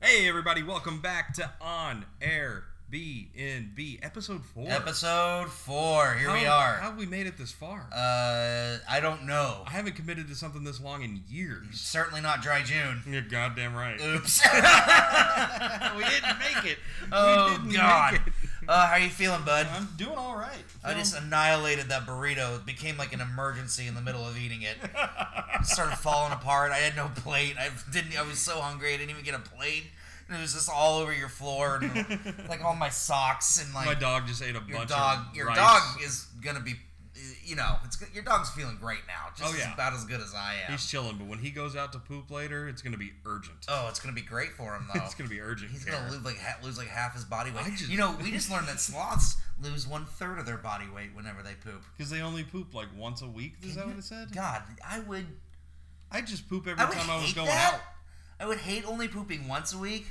Hey, everybody, welcome back to On Air BNB, episode four. Episode four. Here how, we are. How have we made it this far? uh, I don't know. I haven't committed to something this long in years. Certainly not dry June. You're goddamn right. Oops. we didn't make it. Oh didn't make God. it. Uh, how you feeling, bud? I'm doing all right. I just annihilated that burrito. It became like an emergency in the middle of eating it. It started falling apart. I had no plate. I didn't. I was so hungry. I didn't even get a plate. And it was just all over your floor, and like all my socks and like my dog just ate a your bunch dog of your rice. dog is gonna be you know it's go- your dog's feeling great now just Oh, yeah. about as good as i am He's chilling, but when he goes out to poop later, it's gonna be urgent. oh it's gonna be great for him though It's gonna be urgent. he's care. gonna lose like ha- lose like half his body weight I just- you know we just learned that sloths lose one third of their body weight whenever they poop Because they only poop like once a week. Is that what it said? god i would I just poop every i would time I was hate going that out. i would hate only pooping once a week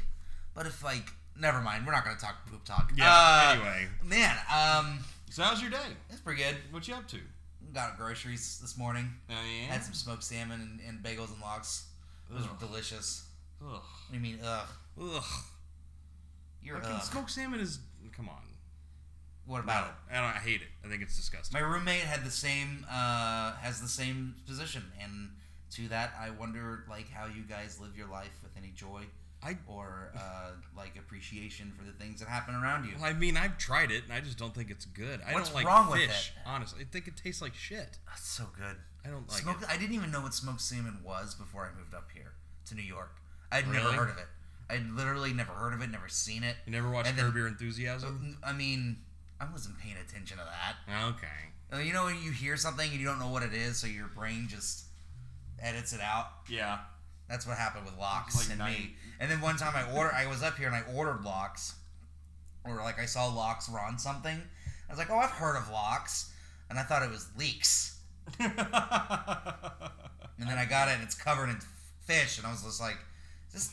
but if like never mind we're not gonna talk poop talk Yeah. Uh, anyway, man um so how's your day? it's pretty good What you up to? got groceries this morning I am. had some smoked salmon and, and bagels and lox those were Ugh. delicious Ugh. What do you mean, ugh? Ugh. You're Fucking ugh. smoked salmon is. Come on. What No, about it? I don't. I hate it. I think it's disgusting. My roommate had the same, uh, has the same position, and to that, I wonder, like, how you guys live your life with any joy I. or, uh, like, appreciation for the things that happen around you. well, I mean, I've tried it, and I just don't think it's good. I What's don't like wrong with fish. it? Honestly, I think it tastes like shit. That's so good. I don't like Smoked, it. I didn't even know what smoked salmon was before I moved up here to New York. I'd never Really? heard of it. I'd literally never heard of it, never seen it. You never watched and then- Curb Your Enthusiasm? I mean, I wasn't paying attention to that. Okay. Uh, You know, when you hear something and you don't know what it is, so your brain just edits it out. Yeah. That's what happened with locks Like and night. me. And then one time I order, I was up here and I ordered locks, or like I saw locks were on something. I was like, oh, I've heard of locks, and I thought it was leeks. And then I got it, and it's covered in f- fish, and I was just like, just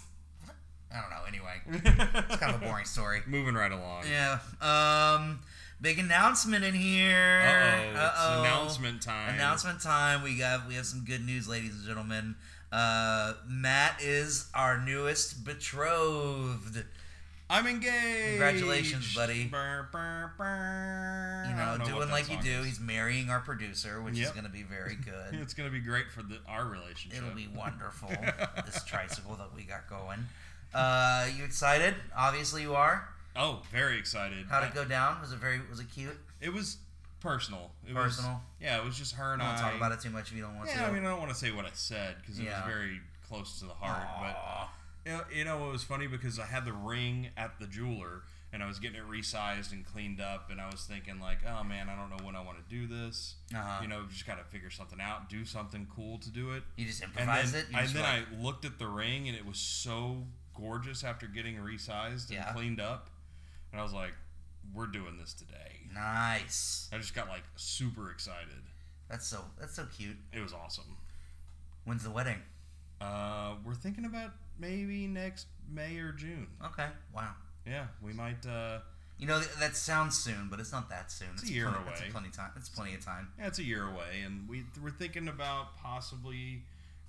I don't know. Anyway, it's kind of a boring story. Moving right along. Yeah. Um, big announcement in here. Uh oh. Uh-oh. It's announcement time. Announcement time. We got we have some good news, ladies and gentlemen. Uh, Matt is our newest betrothed. I'm engaged. Congratulations, buddy. Brr, brr, brr. You I know, don't what doing that like you song do. is. He's marrying our producer, which is Yep. going to be very good. It's gonna be great for the, our relationship. It'll be wonderful. this tricycle that we got going. Uh, you excited? Obviously, you are. Oh, very excited. How'd I- it go down? Was it very? Was it cute? It was personal. It Was, Personal? yeah, it was just her and Don't I. talk about it too much if you don't want Yeah, to. I mean, I don't want to say what I said because it Yeah. was very close to the heart. Aw. But you know, you know, it was funny because I had the ring at the jeweler and I was getting it resized and cleaned up, and I was thinking like, oh man, I don't know when I want to do this. Uh-huh. You know, just gotta figure something out, do something cool to do it. You just And improvise then, it. You and just then like- I looked at the ring, and it was so gorgeous after getting resized and Yeah. cleaned up, and I was like, we're doing this today. Nice. I just got like super excited. That's so that's so cute. It was awesome. When's the wedding? Uh, we're thinking about maybe next May or June. Okay. Wow. Yeah, we might. Uh, You know th- that sounds soon, but it's not that soon. It's a year plenty, It's away. plenty time. It's plenty of time. yeah, it's a year away, and we we're thinking about possibly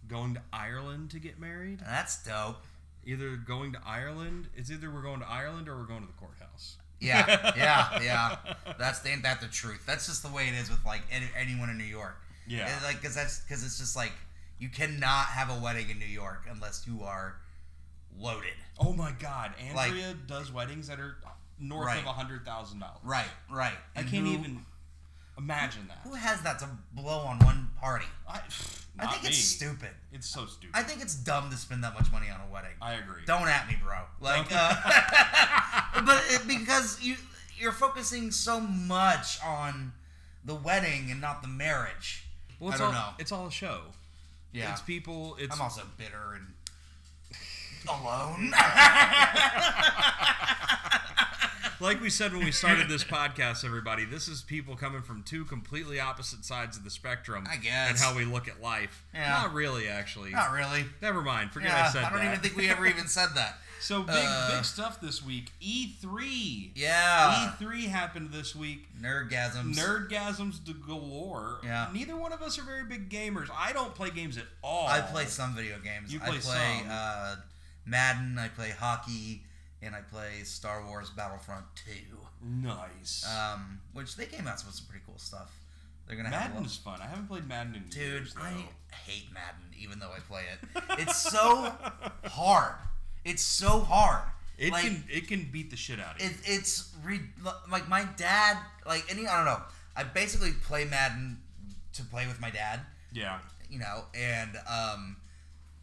going to Ireland to get married. That's dope. Either going to Ireland, it's either we're going to Ireland or we're going to the courthouse. Yeah, yeah, yeah. That's ain't that the truth? That's just the way it is with like any, anyone in New York. Yeah. It's like because that's because it's just like you cannot have a wedding in New York unless you are loaded. Oh my God, Like- Andrea does weddings that are north Right. of a hundred thousand dollars. Right. Right. I And can't who- even imagine that. Who has that to blow on one party? I, I not think it's me. stupid. It's so stupid. I think it's dumb to spend that much money on a wedding. I, agree. Don't at me, bro. Like, Don't- uh, but it, because you you're focusing so much on the wedding and not the marriage. Well, I it's don't all, know. It's all a show. Yeah, It's people. It's I'm also bitter and alone. Like we said when we started this podcast, everybody, this is people coming from two completely opposite sides of the spectrum. I guess. And how we look at life. Yeah. Not really, actually. not really. Never mind. Forget Yeah, I said I don't that. even think we ever even said that. so big, Uh, big stuff this week. E E3. Yeah, E3 happened this week. nerdgasms. Nerdgasms to galore. Yeah. Neither one of us are very big gamers. I don't play games at all. I play some video games. You I play play some. uh, Madden, I play hockey, and I play Star Wars Battlefront 2, Nice. um, which they came out with some pretty cool stuff. They're gonna have a lot- Madden's fun. I haven't played Madden in Dude, years. I though. hate Madden, even though I play it. It's so hard. It's so hard. It like, can it can beat the shit out of you. it, it's re- like my dad, like any, I don't know. I basically play Madden to play with my dad, yeah. you know, and um,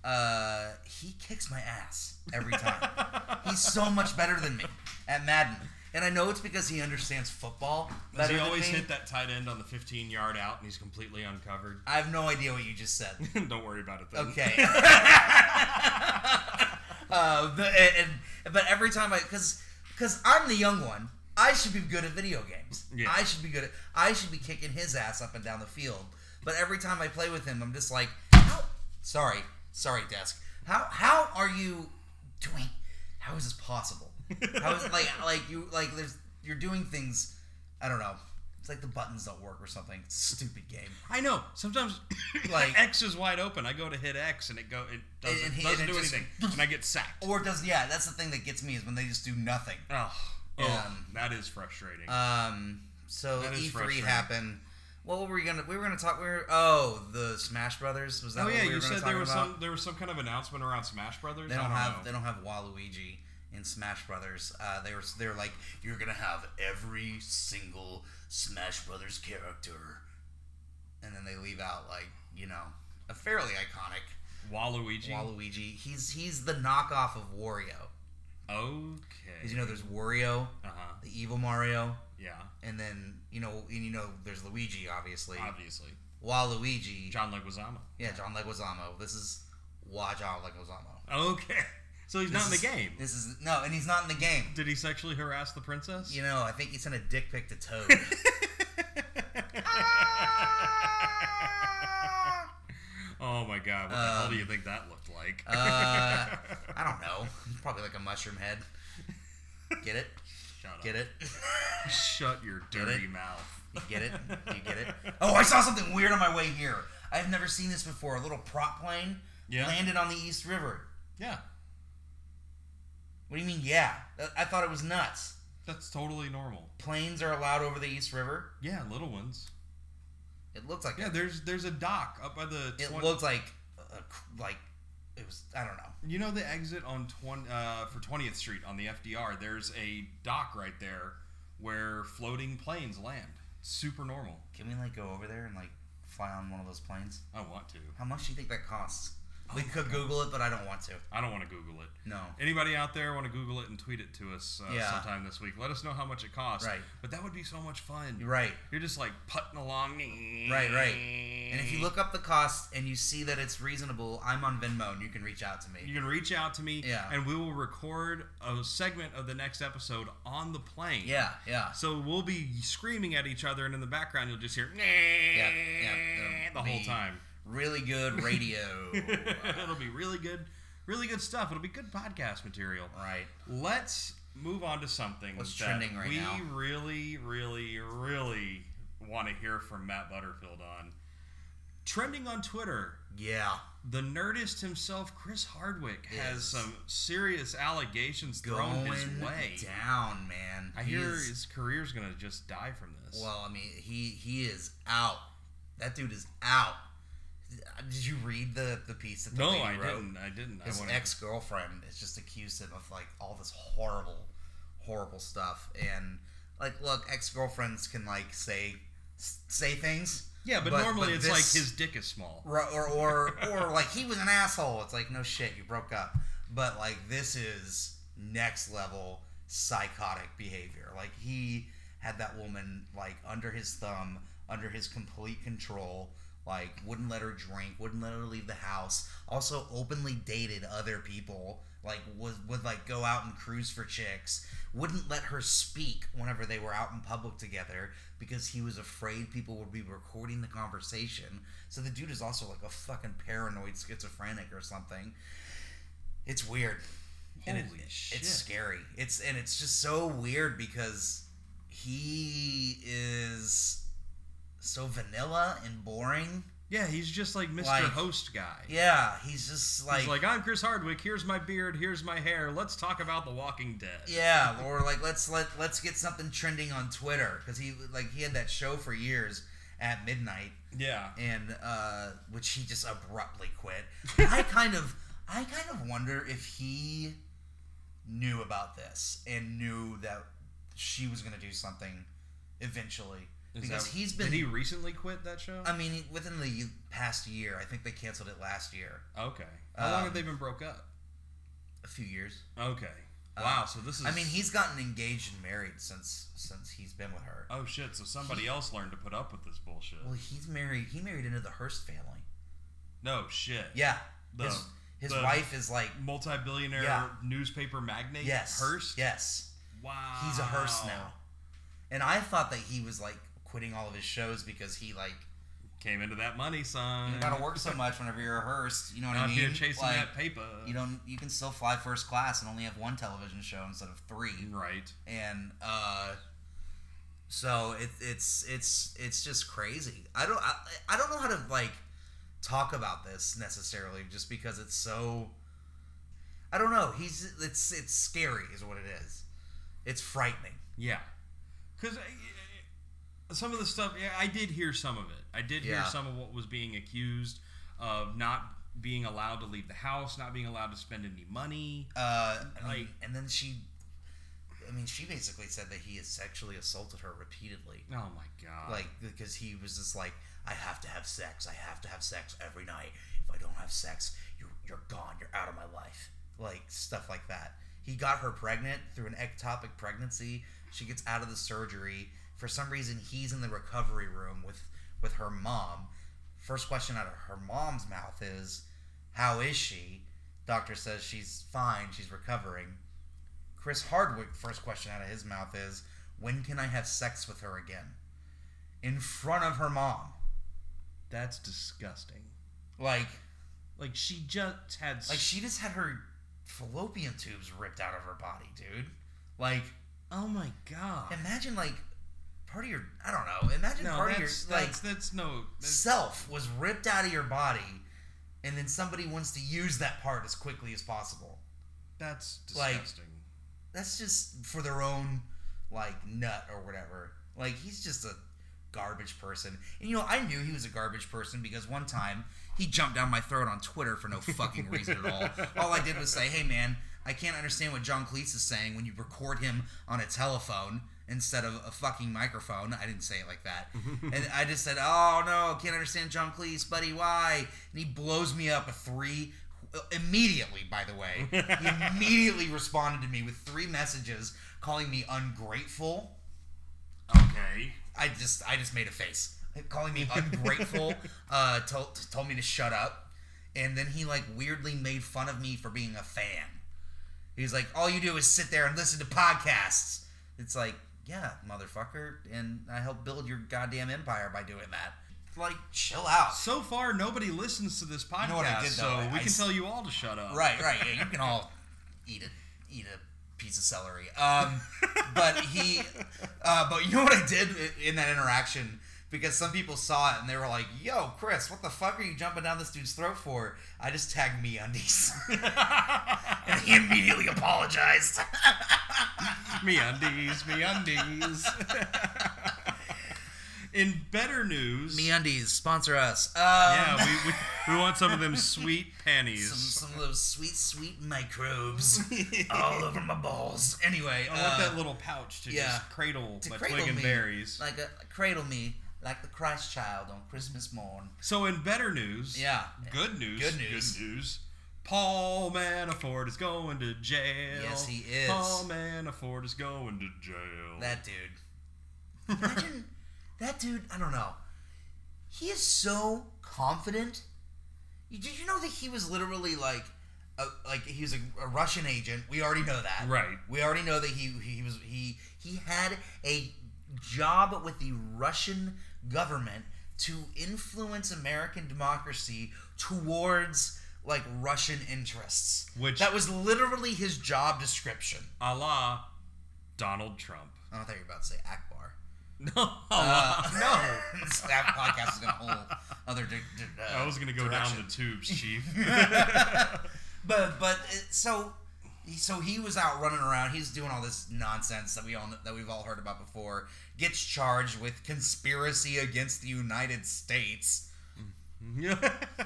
uh, he kicks my ass every time. He's so much better than me at Madden. And I know it's because he understands football Does better he than always me. hit that tight end on the 15 yard out and he's completely uncovered? I have no idea what you just said. Don't worry about it then. Okay. uh, but, and, but every time I, because because I'm the young one, I should be good at video games. Yeah. I should be good at. I should be kicking his ass up and down the field. But every time I play with him, I'm just like, how? Sorry, sorry, desk. How how are you doing? How is this possible? How is like like you like there's you're doing things. I don't know. It's like the buttons don't work or something. Stupid game. I know. Sometimes Like- like X is wide open. I go to hit X and it go it doesn't, And- and he- doesn't and it Oh. do just- anything, and I get sacked. Or does yeah? That's the thing that gets me is when they just do nothing. Oh, Um, that is frustrating. Um, so That is E3 frustrating. happened. What were we gonna? We were gonna talk. We were oh the Smash Brothers was that? oh what yeah, we were you gonna said talk there was about? some there was some kind of announcement around Smash Brothers. They don't, I don't have know. they don't have Waluigi in Smash Brothers. Uh, they were they're like you're gonna have every single Smash Brothers character, and then they leave out like you know a fairly iconic Waluigi. Waluigi. He's he's the knockoff of Wario. okay. Cause you know there's Wario, uh huh. the evil Mario, Yeah. and then you know and you know there's Luigi obviously. Obviously, Waluigi. John Leguizamo. Yeah, John Leguizamo. This is why John Leguizamo. Okay. So he's This not in the is- game. This is no, and he's not in the game. Did he sexually harass the princess? You know, I think he sent a dick pic to Toad. Ah! oh my god, what the hell do Um, you think that looked like? uh, I don't know. Probably like a mushroom head. Get it? Shut up. Get it? Shut your Get dirty it? mouth. You get it? You get it? Oh, I saw something weird on my way here. I've never seen this before. A little prop plane Yeah. landed on the East River. Yeah. What do you mean? Yeah, I- I thought it was nuts. That's totally normal. Planes are allowed over the East River. Yeah, little ones. It looks like a Yeah, there's there's a dock up by the. It 20 looked like a, cr- like it was. I don't know. you know the exit on 20, uh, for 20th Street on the FDR. There's a dock right there where floating planes land. Super normal. Can we like go over there and like fly on one of those planes? I want to. How much do you think that costs? Oh, We could Google it, but I don't want to. I don't want to Google it. No. Anybody out there want to Google it and tweet it to us uh, Yeah. sometime this week? Let us know how much it costs. Right. But that would be so much fun. You're right. You're just like putting along. Right, right. And if you look up the cost and you see that it's reasonable, I'm on Venmo and you can reach out to me. You can reach out to me, Yeah. and we will record a segment of the next episode on the plane. Yeah, yeah. So we'll be screaming at each other, and in the background you'll just hear yeah, the it'll whole be- time. Really good radio. It'll be really good, really good stuff. It'll be good podcast material. right. Let's move on to something What's that trending right we now? really, really, really want to hear from Matt Butterfield on. Trending on Twitter, Yeah. the nerdist himself, Chris Hardwick, has Is some serious allegations thrown Going his way. down, man. I hear He's- his career's gonna just die from this. Well, I mean, he he is out. That dude is out. Did you read the the piece that the no, lady I wrote? didn't. I didn't. I His wanna- ex girlfriend has just accused him of like all this horrible, horrible stuff. And like, look, ex girlfriends can like say say things. Yeah, but, normally but it's this- like his dick is small. Ru- or or or like he was an asshole. It's like no shit, you broke up. But like this is next level psychotic behavior. Like he had that woman like under his thumb, under his complete control. Like wouldn't let her drink, wouldn't let her leave the house. Also openly dated other people. Like was would like go out and cruise for chicks. Wouldn't let her speak whenever they were out in public together because he was afraid people would be recording the conversation. So the dude is also like a fucking paranoid schizophrenic or something. It's weird. Holy and it- shit! It's scary. It's and it's just so weird because he is so vanilla and boring Yeah, he's just like Mr. Like- Host guy. Yeah, he's just like, He's like, I'm Chris Hardwick. Here's my beard. Here's my hair. Let's talk about The Walking Dead. yeah, or like let's let let's get something trending on Twitter because he like he had that show for years at midnight Yeah. and uh, which he just abruptly quit. I kind of, I kind of wonder if he knew about this and knew that she was going to do something eventually Is because that- he's been. Um, Did he recently quit that show? I mean, within the past year, I think they canceled it last year, okay. How long have um, they been broke up? a few years. Okay. Uh, Wow. So this is. I mean, he's gotten engaged and married since since he's been with her. Oh shit! So somebody else learned to put up with this bullshit. Well, he's married. He married into the Hearst family. No shit. Yeah, The- his his the- wife is like Multi-billionaire Yeah. newspaper magnate. yes, Hearst. Yes, Wow. he's a hearse now and i thought that he was like quitting all of his shows because he like Came into that money, son. you gotta work so much whenever you're a hearse you know what i Out mean here Mm. chasing like, that paper. you don't you can still fly first class and only have one television show instead of three Right. and uh so it, it's it's it's just crazy i don't I, I don't know how to like talk about this necessarily just because it's so i don't know he's it's it's scary is what it is it's frightening Yeah. Because some of the stuff, yeah, I did hear some of it. I did hear Yeah. some of what was being accused of not being allowed to leave the house, not being allowed to spend any money. Uh, I mean, Like- and then she, I mean, she basically said that he has sexually assaulted her repeatedly, Oh my god. like because he was just like, I have to have sex, I have to have sex every night. If I don't have sex, you're you're gone, you're out of my life, like stuff like that. He got her pregnant through an ectopic pregnancy. She gets out of the surgery. For some reason, he's in the recovery room with with her mom. First question out of her mom's mouth is, "How is she?" Doctor says she's fine, she's recovering. Chris Hardwick, first question out of his mouth is, when can I have sex with her again? In front of her mom. that's disgusting. Like, Like she just had. like she just had her fallopian tubes ripped out of her body, dude. Like, oh my god. imagine, like, part of your, I don't know, imagine No, part of your, that's, like, that's that's no. That's, self was ripped out of your body, and then somebody wants to use that part as quickly as possible. that's like- disgusting. that's just for their own like nut or whatever. Like he's just a garbage person. And you know, I knew he was a garbage person because one time he jumped down my throat on Twitter for no fucking reason at all. All I did was say, "Hey man, I can't understand what John Cleese is saying when you record him on a telephone." Instead of a fucking microphone, I didn't say it like that. and I just said, "Oh no, can't understand John Cleese, buddy. Why?" And he blows me up a three immediately by the way he immediately responded to me with three messages calling me ungrateful okay. i just i just made a face calling me ungrateful uh told, told me to shut up and then he like weirdly made fun of me for being a fan he's like all you do is sit there and listen to podcasts it's like yeah motherfucker and i helped build your goddamn empire by doing that like chill out So far, nobody listens to this podcast, know what I did, so though? I- we I can s- tell you all to shut up. Right, right. Yeah, you can all eat a eat a piece of celery. Um, but he, uh, but you know what I did i- in that interaction because some people saw it and they were like, "Yo, Chris, what the fuck are you jumping down this dude's throat for?" I just tagged me undies, and he immediately apologized. me undies, me undies. In better news, me undies sponsor us. Um, yeah, we, we, we want some of them sweet some, panties. some of those sweet, sweet microbes all over my balls. Anyway, I want uh, that little pouch to yeah. just cradle to my cradle twig and me, berries. like a cradle me like the Christ child on Christmas morn. so in better news, Yeah. good news, Good news. good news. Paul Manafort is going to jail. Yes, he is. Paul Manafort is going to jail. That dude. Imagine that dude. I don't know. He is so confident. You- Did you know that he was literally like, a, like he was a, a Russian agent? We already know that, Right. We already know that he he was he he had a job with the Russian government to influence American democracy towards like Russian interests. Which- that was literally his job description. a la Donald Trump. I thought you were about to say Akbar. No, Uh, that podcast is a whole other. Di- di- no. uh, I was gonna go direction. down the tubes, chief. But but it, so he- so he was out running around. He's doing all this nonsense that we all that we've all heard about before. Gets charged with conspiracy against the United States.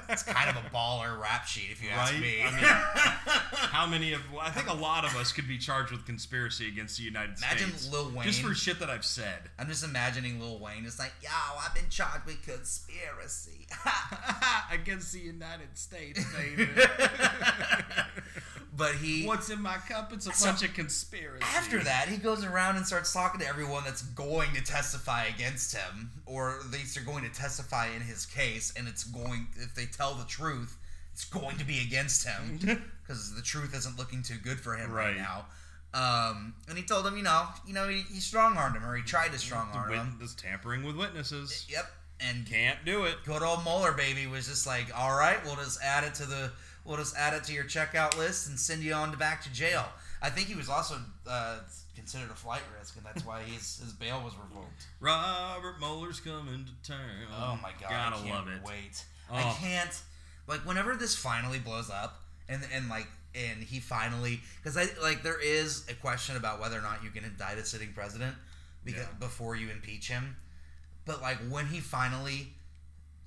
It's kind of a baller rap sheet, if you ask Right? me. I mean, how many of? well, I think a lot of us could be charged with conspiracy against the United Imagine States. Lil Wayne. just for shit that I've said. I'm just imagining Lil Wayne. It's like, yo, I've been charged with conspiracy. against the United States, baby. but he What's in my cup? It's a So- bunch of conspiracy. After that, he goes around and starts talking to everyone that's going to testify against him, or at least they're going to testify in his case, and it's going, if they tell the truth, it's going to be against him, because the truth isn't looking too good for him right, Right. now. Um, and he told him, you know, you know, he, he strong armed him, or he tried to strong The arm him. witness tampering with witnesses. Yep. And Can't do it. good old Mueller baby was just like, all right, we'll just add it to the we'll just add it to your checkout list and send you on to back to jail. I think he was also uh, considered a flight risk, and that's why his his bail was revoked. Robert Mueller's coming to town. Oh my god, Gotta I can't love it. Wait, Oh. I can't. Like whenever this finally blows up, and and like and he finally because I like there is a question about whether or not you can indict a sitting president because Yeah. before you impeach him, but like when he finally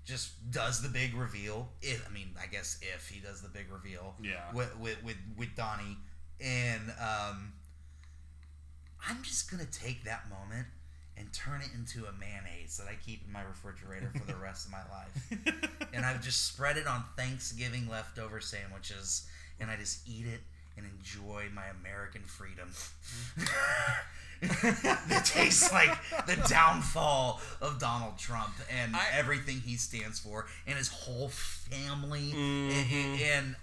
just does the big reveal. If I mean, I guess if he does the big reveal, Yeah. with with with, with Donnie and um. I'm just gonna take that moment and turn it into a mayonnaise that I keep in my refrigerator for the rest of my life. And I've just spread it on Thanksgiving leftover sandwiches, and I just eat it and enjoy my American freedom. it tastes like the downfall of Donald Trump and I- everything he stands for, and his whole family. Mhm. And, and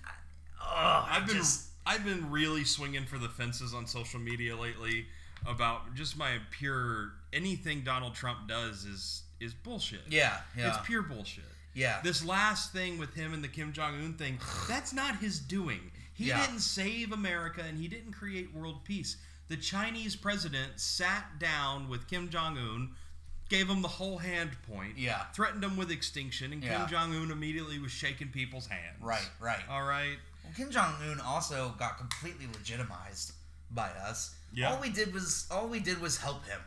oh, I've been just, I've been really swinging for the fences on social media lately about just my pure anything Donald Trump does is is bullshit. yeah, yeah, It's pure bullshit. yeah. This last thing with him and the Kim Jong Un thing, that's not his doing. He Yeah. didn't save America and he didn't create world peace. The Chinese president sat down with Kim Jong Un, gave him the whole hand point, Yeah. threatened him with extinction, and Yeah. Kim Jong Un immediately was shaking people's hands. Right, right. All right. Well, Kim Jong Un also got completely legitimized by us. Yeah. All we did was all we did was help him.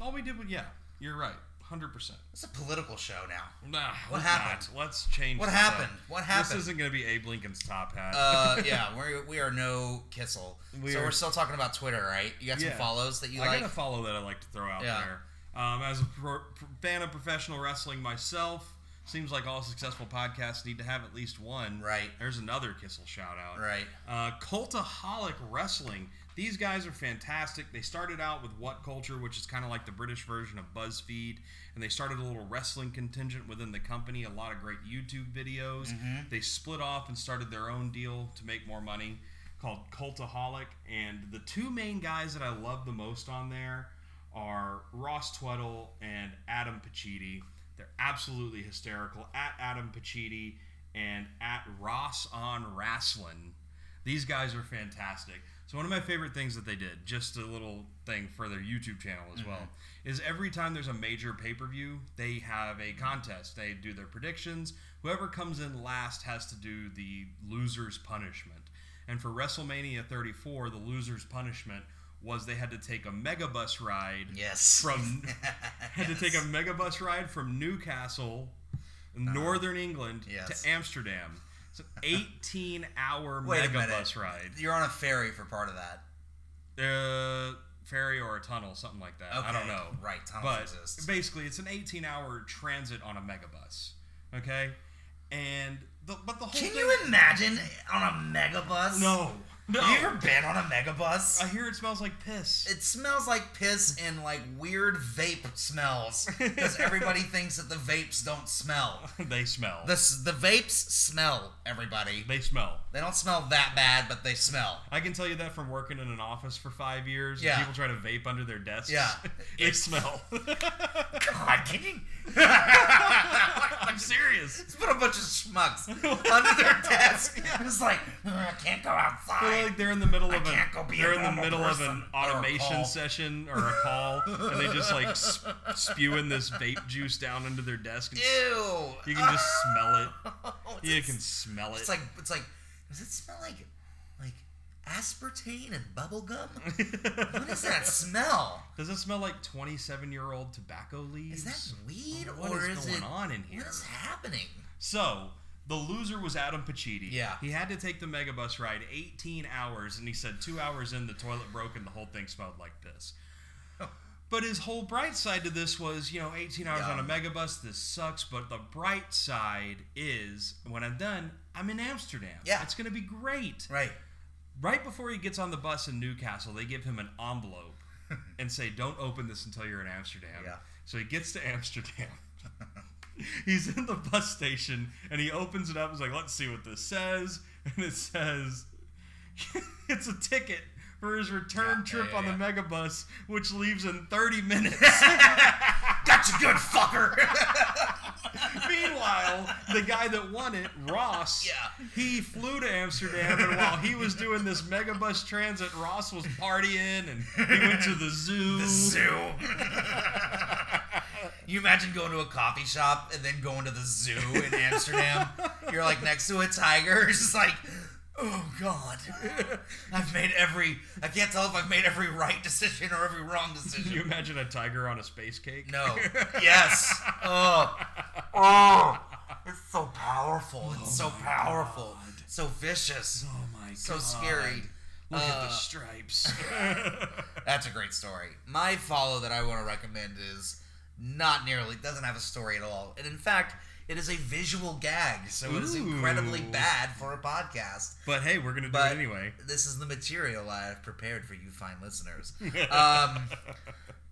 All we did was yeah. You're right, hundred percent. It's a political show now. Nah, What let's happened? not. Let's change. What this happened? up. What happened? This isn't gonna be Abe Lincoln's top hat. uh, yeah, we're, we are no Kissel. We so are- we're still talking about Twitter, right? You got some Yeah. follows that you I like? got a follow that I like to throw out Yeah. there. Um, as a pro- pro- fan of professional wrestling myself, seems like all successful podcasts need to have at least one. Right. There's another Kissel shout out. Right. Uh, Cultaholic Wrestling. These guys are fantastic. They started out with What Culture, which is kind of like the British version of BuzzFeed, and they started a little wrestling contingent within the company. A lot of great YouTube videos. They split off and started their own deal to make more money called Cultaholic. And the two main guys that I love the most on there are Ross Tweddle and Adam Pacitti. They're absolutely hysterical. At Adam Pacitti and at Ross on Wrestling. These guys are fantastic. So one of my favorite things that they did, just a little thing for their YouTube channel as well, is every time there's a major pay-per-view, they have a contest. They do their predictions. Whoever comes in last has to do the loser's punishment. And for WrestleMania 34, the loser's punishment was they had to take a megabus ride yes. from had Yes. Uh-huh. to take a megabus ride from Newcastle, northern England, Yes. to Amsterdam. It's an 18 hour Wait a minute. megabus ride. You're on a ferry for part of that. Uh, ferry or a tunnel, something like that. I Okay, don't know. right, tunnels But exist. basically, it's an 18 hour transit on a megabus. Okay? And, the, but the whole Can thing. you imagine on a megabus? No. No. Have you ever been on a megabus? I hear it smells like piss. It smells like piss and like weird vape smells because everybody thinks that the vapes don't smell. they smell. The s- the vapes smell. Everybody. they smell. They don't smell that bad, but they smell. I can tell you that from working in an office for five years. and Yeah. People try to vape under their desks. Yeah. It smell. God, can you? I'm serious. Just put a bunch of schmucks under their desk. It's like, "Ugh, I can't go They're outside. like they're in the middle I of an can't go be a they're in the normal middle of an person or a automation call. session or a call, and they just like sp- spewing this vape juice down into their desk. And s- Ew. you can just smell it. It's You like- can smell it. It's like it's like. Does it smell like like aspartame and bubble gum? What is that smell? Does it smell like 27 year old tobacco leaves? Is that weed What or is is, going it? on in here? What is happening? So the loser was Adam Pacitti. Yeah. He had to take the megabus ride 18 hours, and he said two hours in, the toilet broke, and the whole thing smelled like piss. Oh. But his whole bright side to this was, you know, 18 hours on a megabus, this sucks. But the bright side is when I'm done, I'm in Amsterdam. Yeah. It's going to be great. Right. Right before he gets on the bus in Newcastle, they give him an envelope and say, "Don't open this until you're in Amsterdam." Yeah. So he gets to Amsterdam. He's in the bus station and he opens it up. He's like, "Let's see what this says," and it says, "It's a ticket." For his return Yeah, trip yeah, on the yeah, megabus, which leaves in 30 minutes. Got you good, fucker. Meanwhile, the guy that won it, Ross, Yeah. he flew to Amsterdam, and while he was doing this megabus transit, Ross was partying, and he went to the zoo. the zoo. you imagine going to a coffee shop and then going to the zoo in Amsterdam. You're like next to a tiger. It's just like, oh god, I've made every. I can't tell if I've made every right decision or every wrong Can you decision. imagine a tiger on a space cake? No. Yes. Oh. Oh. It's so powerful. It's so powerful. So vicious. Oh my god. So scary. Look at the Uh, stripes. That's a great story. My follow that I want to recommend is not nearly doesn't have a story at all, and in fact, it is a visual gag, so it is incredibly Ooh. bad for a podcast. but hey, we're gonna do But it anyway. This is the material I have prepared for you, fine listeners. um,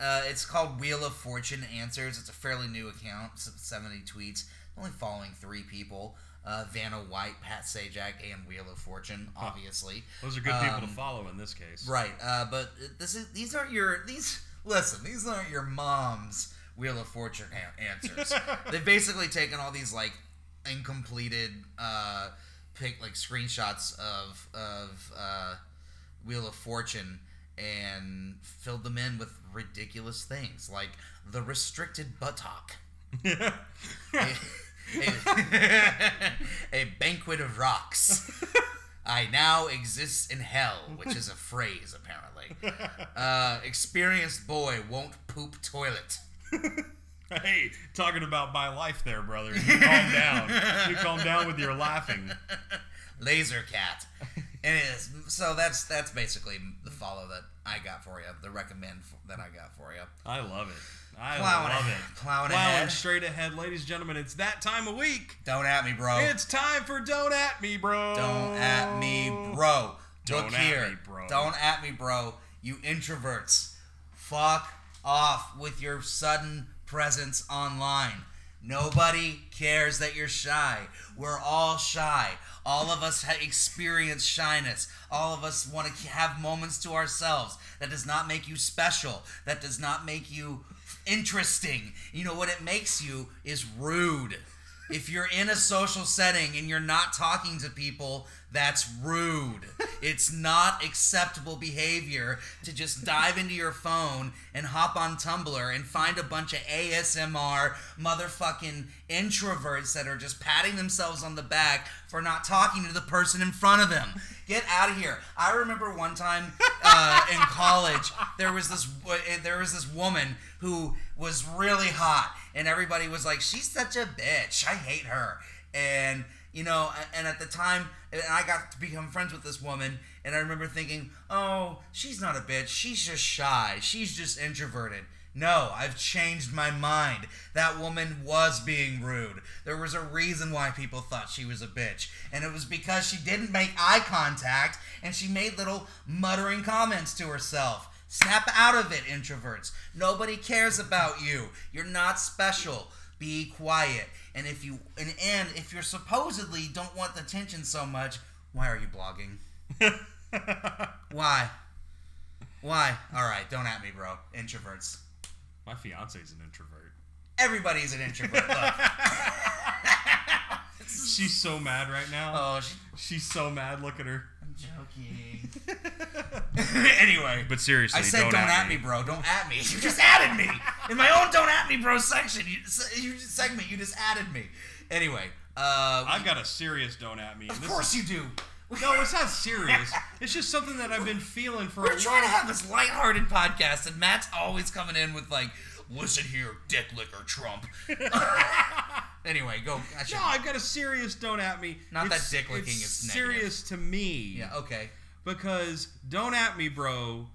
uh, it's called Wheel of Fortune Answers. It's a fairly new account, s- 70 tweets, only following three people. Uh, Vanna White, Pat Sajak, and Wheel of Fortune, obviously. Those are good people to Um, follow in this case. Right, uh, but this is these aren't your these. Listen, these aren't your mom's Wheel of Fortune a- answers. They've basically taken all these like incompleted uh, pick like screenshots of of uh, Wheel of Fortune and filled them in with ridiculous things like the restricted buttock. a, a banquet of rocks. I now exist in hell, which is a phrase apparently. Uh, experienced boy won't poop toilet. Hey, talking about my life there, brother. You calm down. You calm down with your laughing. Laser cat. And it is, so that's that's basically the follow that I got for you, the recommend f that I got for you. I love it. I Plowing love ahead. it. Plowing ahead. straight ahead, ladies and gentlemen. It's that time of week. Don't at me, bro. It's time for Don't At Me, Bro. Oh. Don't at me, bro. Don't Look at here. me, bro. Don't at me, bro. You introverts. Fuck off with your sudden presence online. Nobody cares that you're shy. We're all shy. All of us ha- experience shyness. All of us want to have moments to ourselves. That does not make you special. That does not make you interesting. You know what it makes you is rude. If you're in a social setting and you're not talking to people, that's rude. It's not acceptable behavior to just dive into your phone and hop on Tumblr and find a bunch of ASMR motherfucking introverts that are just patting themselves on the back for not talking to the person in front of them. Get out of here. I remember one time uh, in college, there was this uh, there was this woman who was really hot and everybody was like she's such a bitch i hate her and you know a- and at the time and i got to become friends with this woman and i remember thinking oh she's not a bitch she's just shy she's just introverted no, I've changed my mind. That woman was being rude. There was a reason why people thought she was a bitch, and it was because she didn't make eye contact and she made little muttering comments to herself. Snap out of it, introverts. Nobody cares about you. You're not special. Be quiet. And if you and, and if you're supposedly don't want the attention so much, why are you blogging? why? Why? All right, don't at me, bro. Introverts. My fiance's an introvert. Everybody's an introvert. Look. She's so mad right now. Oh, she, She's so mad. Look at her. I'm joking. anyway, But seriously, I said, "Don't, at me. bro. Don't at me." You just added me in my own "Don't at me, bro" section. You, se- you just- segment. You just added me. Anyway, uh, I've got a serious don't at me. and of this course you do. Is, no, it's not serious. it's just something that I've been feeling for a We're trying to while. have this lighthearted podcast, and Matt's always coming in with like, "Listen here, dick licker Trump." anyway, go. I should- No, I've got a serious don't at me. Not that It's- dick licking it's is negative. serious to me. yeah. oh. Okay. Because don't at me, bro.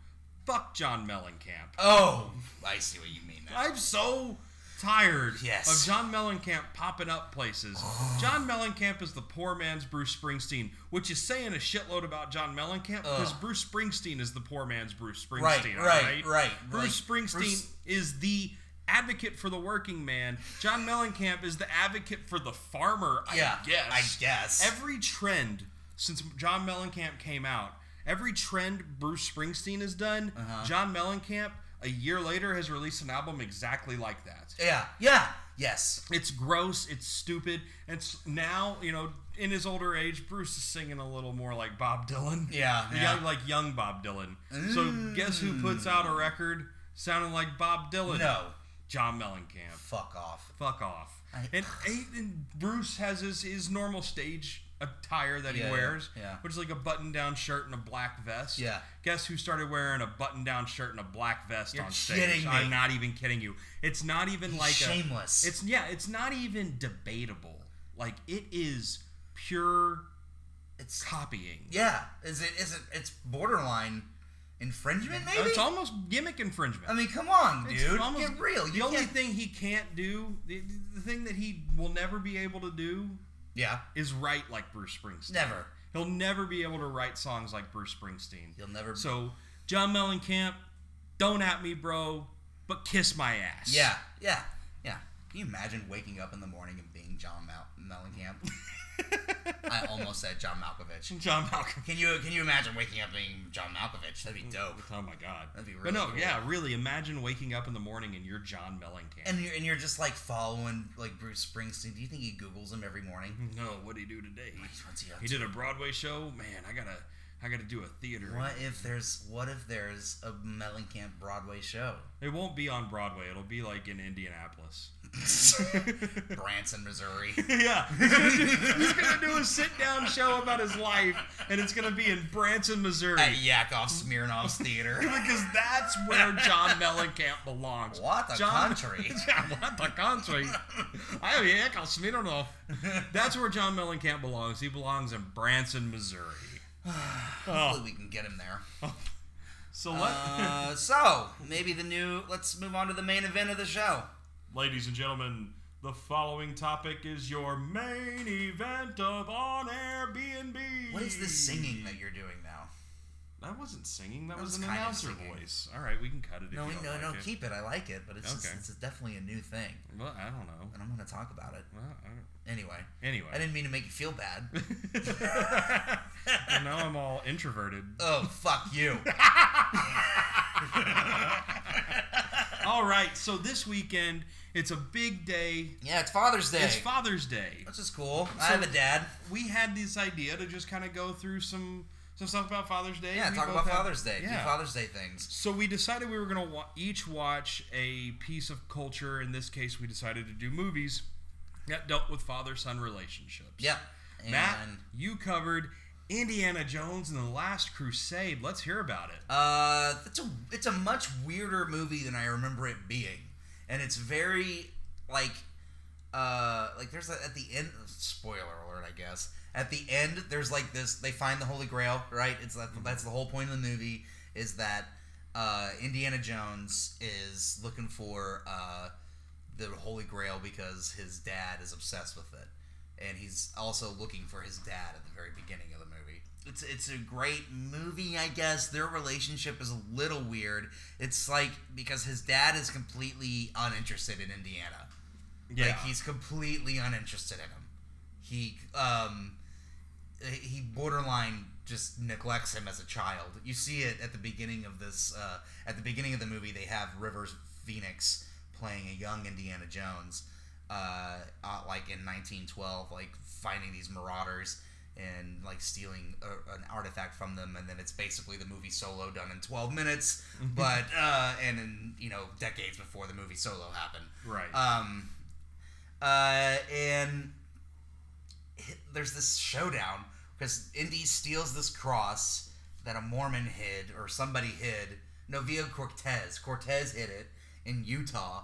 Fuck John Mellencamp. Oh, I see what you mean. Now. I'm so tired Yes. of John Mellencamp popping up places. John Mellencamp is the poor man's Bruce Springsteen, which is saying a shitload about John Mellencamp because Ugh. Bruce Springsteen is the poor man's Bruce Right, Springsteen. right, alright? right, Bruce like, Springsteen Bruce- is the advocate for the working man. John Mellencamp is the advocate for the farmer, I Yeah. guess. I guess. Every trend since John Mellencamp came out, every trend Bruce Springsteen has done, Uh-huh. John Mellencamp a year later has released an album exactly like that. yeah. Yeah. Yes. It's gross, it's stupid. It's now, you know, in his older age, Bruce is singing a little more like Bob Dylan. Yeah, The yeah. Mm. Young, like young Bob Dylan. So guess who puts out a record sounding like Bob Dylan? No. John Mellencamp Fuck off. fuck off. I- and, and Bruce has his, his normal stage attire that Yeah, he wears, yeah. which is like a button down shirt and a black vest. Yeah. Guess who started wearing a button down shirt and a black vest You're on stage? kidding me. I'm not even kidding you. It's not even like shameless. A, it's yeah. It's not even debatable. Like it is pure It's copying. yeah. Is it? Is it? It's borderline infringement, maybe. It's almost gimmick infringement. I mean, come on, It's dude. almost- Get real. the You only can't. thing he can't do, the, the thing that he will never be able to do, yeah. is write like Bruce Springsteen. Never. He'll never be able to write songs like Bruce Springsteen. You'll never. So, John Mellencamp, don't at me, bro, but kiss my ass. Yeah, yeah, yeah. Can you imagine waking up in the morning and being John Mal- Mellencamp? I almost said John Malkovich. John Malcolm. Can you can you imagine waking up being John Malkovich? That'd be dope. Oh my God. That'd be But really no, cool. yeah, really. Imagine waking up in the morning and you're John Mellencamp. And you're and you're just like following like Bruce Springsteen. Do you think he googles him every morning? no, what'd he do today? What's he up Mm-hmm. He to? did a Broadway show. Man, I gotta, I gotta do a theater. What if there's what if there's a Mellencamp Broadway show? It won't be on Broadway. It'll be like in Indianapolis. Branson, Missouri. Yeah. He's going to do a sit down show about his life, and it's going to be in Branson, Missouri. At Yakov Smirnov's Theater. Because that's where John Mellencamp belongs. What a John, country. Yeah, what a country. I am Yakov Smirnov. That's where John Mellencamp belongs. He belongs in Branson, Missouri. Hopefully we can get him there. So, let, Uh, so maybe the new. Let's move on to the main event of the show. ladies and gentlemen, the following topic is your main event of On Airbnb. What is this singing that you're doing now? That wasn't singing. That, That was, an was kinda announcer singing. voice. All right, we can cut it. No, if you no, don't no. like it. Keep it. I like it, but it's just, Okay. it's definitely a new thing, Well, I don't know. and I'm gonna talk about it Well, I don't- anyway. Anyway, I didn't mean to make you feel bad. And now I'm all introverted. oh, fuck you. All right, so this weekend it's a big day. Yeah, it's Father's Day. It's Father's Day. which is cool. I have a dad. We had this idea to just kind of go through some some stuff about Father's Day. Yeah, We talk both about have- Father's Day. Yeah. Do Father's Day things. so we decided we were going to wa- each watch a piece of culture. In this case, we decided to do movies that dealt with father-son relationships. Yep. And Matt, you covered Indiana Jones and the Last Crusade. Let's hear about it. Uh, it's a it's a much weirder movie than I remember it being, and it's very like uh like there's a, at the end spoiler alert I guess at the end there's like this they find the Holy Grail right it's that, that's the whole point of the movie is that uh, Indiana Jones is looking for uh, the Holy Grail because his dad is obsessed with it and he's also looking for his dad at the very beginning of the movie. It's it's a great movie, I guess. Their relationship is a little weird. It's like because his dad is completely uninterested in Indiana. Like he's completely uninterested in him. He um he borderline just neglects him as a child. You see it at the beginning of this uh, at the beginning of the movie they have Rivers Phoenix playing a young Indiana Jones uh, uh, like in 1912, like finding these marauders and like stealing a, an artifact from them, and then it's basically the movie Solo done in 12 minutes, but uh, and in you know decades before the movie Solo happened. Right. Um, uh, and hi- there's this showdown because Indy steals this cross that a Mormon hid or somebody hid. Novia Cortez. Cortez hid it in Utah,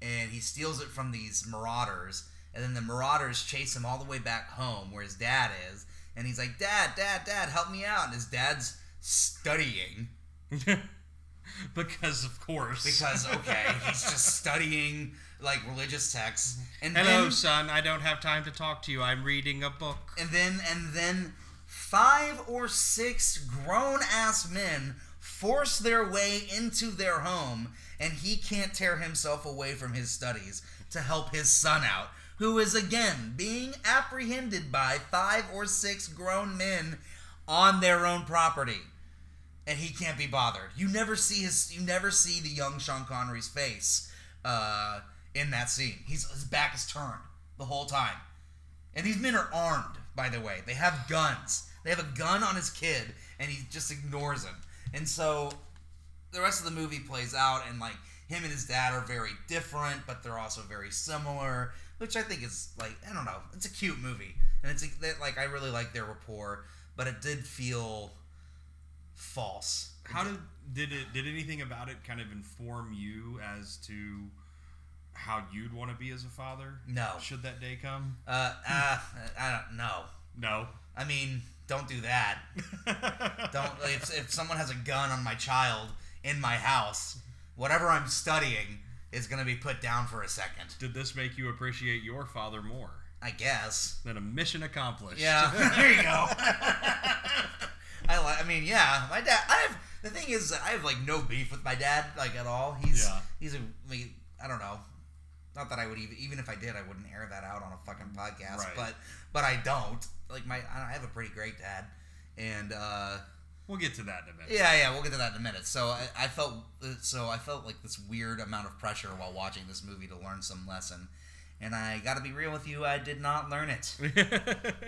and he steals it from these marauders. And then the marauders chase him all the way back home where his dad is. And he's like, Dad, Dad, Dad, help me out. And his dad's studying because of course. because, okay, he's just studying like religious texts. And Hello, then, son. I don't have time to talk to you. I'm reading a book. and then and then five or six grown ass men force their way into their home and he can't tear himself away from his studies to help his son out who is again being apprehended by five or six grown men on their own property and he can't be bothered you never see his you never see the young sean connery's face uh, in that scene He's, his back is turned the whole time and these men are armed, by the way. They have guns. They have a gun on his kid, and he just ignores him. And so the rest of the movie plays out, and like him and his dad are very different, but they're also very similar, which I think is like I don't know. It's a cute movie, and it's that like I really like their rapport, but it did feel false. How did did it did anything about it kind of inform you as to how you'd want to be as a father? No. Should that day come? Uh, uh, I don't know. No. I mean, don't do that. Don't like, if, if someone has a gun on my child in my house, whatever I'm studying is gonna be put down for a second. Did this make you appreciate your father more? I guess. Then a mission accomplished. Yeah. there you go. I like. I mean, yeah. My dad. I have. The thing is, I have like no beef with my dad, like at all. He's Yeah. he's a. I, mean, I don't know. Not that I would even even if I did, I wouldn't air that out on a fucking podcast. Right. But but I don't. Like my, I have a pretty great dad, and. uh We'll get to that in a minute. Yeah, yeah, we'll get to that in a minute. So I, I felt uh, so I felt like this weird amount of pressure while watching this movie to learn some lesson, and I got to be real with you, I did not learn it.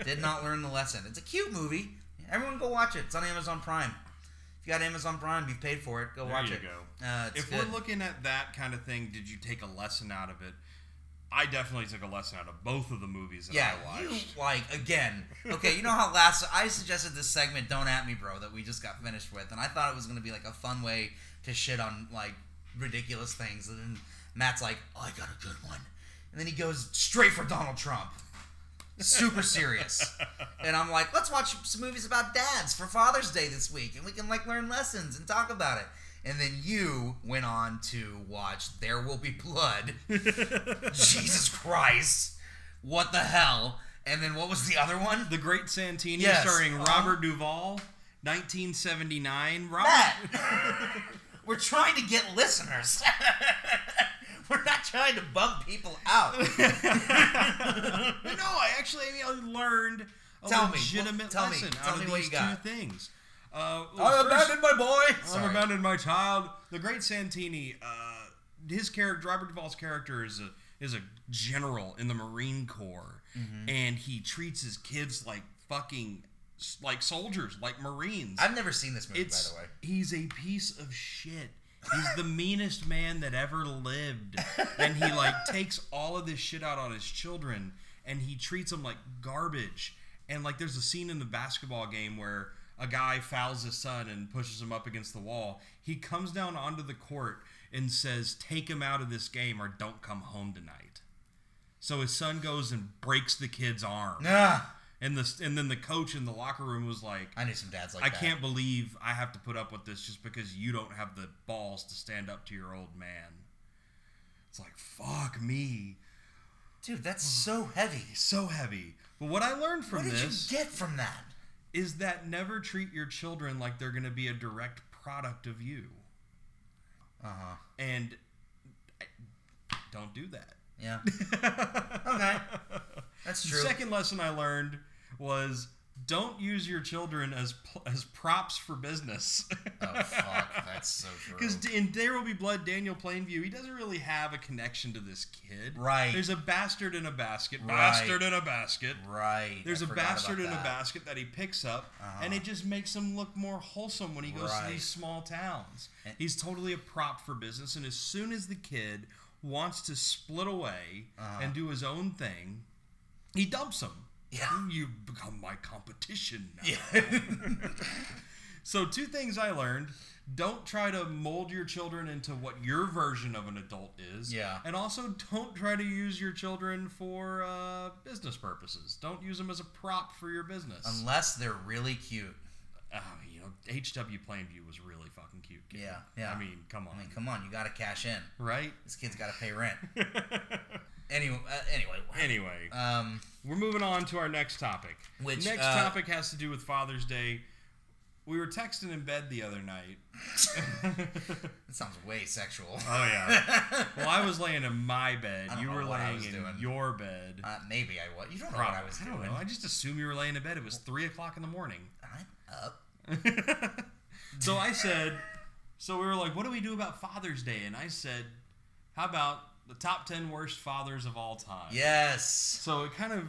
did not learn the lesson. It's a cute movie. Everyone go watch it. It's on Amazon Prime. If you got Amazon Prime, you've paid for it. Go There watch you it. go. Uh, it's if good. we're looking at that kind of thing, did you take a lesson out of it? I definitely took a lesson out of both of the movies that yeah, I watched. you like again. Okay, you know how last I suggested this segment "Don't at Me, Bro" that we just got finished with, and I thought it was gonna be like a fun way to shit on like ridiculous things, and then Matt's like, oh, "I got a good one," and then he goes straight for Donald Trump, super serious, and I'm like, "Let's watch some movies about dads for Father's Day this week, and we can like learn lessons and talk about it." And then you went on to watch "There Will Be Blood." Jesus Christ. What the hell? And then what was the other one? The Great Santini, Yes. starring Um, Robert Duvall, 1979. Robert, Matt! We're trying to get listeners. We're not trying to bum people out. no, I actually I learned a Tell me. legitimate Tell me. lesson Tell out me of what these you got. two things. Uh, well, I first- abandoned my boy. I Sorry. abandoned my child. The Great Santini, uh, his character, Robert Duvall's character, is a is a general in the Marine Corps, Mm-hmm. and he treats his kids like fucking like soldiers, like Marines. I've never seen this movie, It's by the way. he's a piece of shit. He's the meanest man that ever lived, and he like takes all of this shit out on his children, and he treats them like garbage. And like, there's a scene in the basketball game where a guy fouls his son and pushes him up against the wall. He comes down onto the court and says, "Take him out of this game, or don't come home tonight." So his son goes and breaks the kid's arm, Nah. and the and then the coach in the locker room was like, Ah, I knew some dads like I that. can't believe I have to put up with this just because you don't have the balls to stand up to your old man. It's like, fuck me. Dude, that's so heavy. So heavy. But what I learned What from did this you get from that? is that never treat your children like they're going to be a direct product of you. Uh huh. And I, don't do that. Yeah. okay. That's The true. second lesson I learned was don't use your children as, pl- as props for business. Oh, fuck. That's That's so true. Because in There Will Be Blood, Daniel Plainview, he doesn't really have a connection to this kid. Right. There's a bastard in a basket. Right. Bastard in a basket. right. There's a a bastard in a basket that he picks up, and Uh-huh. it just makes him look more wholesome when he goes to Right. these small towns. And- He's totally a prop for business, and as soon as the kid wants to split away Uh-huh. and do his own thing, he dumps him. Yeah. You become my competition now. Yeah. So, two things I learned. Don't try to mold your children into what your version of an adult is. Yeah. And also, don't try to use your children for uh, business purposes. Don't use them as a prop for your business. Unless they're really cute. Oh, you know, HW Plainview was really fucking cute. kid. Yeah, yeah. I mean, come on. I mean, come on, you gotta cash in. right? This kid's gotta pay rent. anyway, uh, anyway. anyway, Um, we're moving on to our next topic. Which, next uh, topic has to do with Father's Day. We were texting in bed the other night. that sounds way sexual. Oh yeah. well, I was laying in my bed. I don't You know were what I laying was in doing. your bed. Uh, maybe I was. You don't know Probably. what I was I doing. don't know. I just assume you were laying in bed. It was three o'clock in the morning. I'm up. so I said, so we were like, what do we do about Father's Day? And I said, how about the top 10 worst fathers of all time? Yes. So it kind of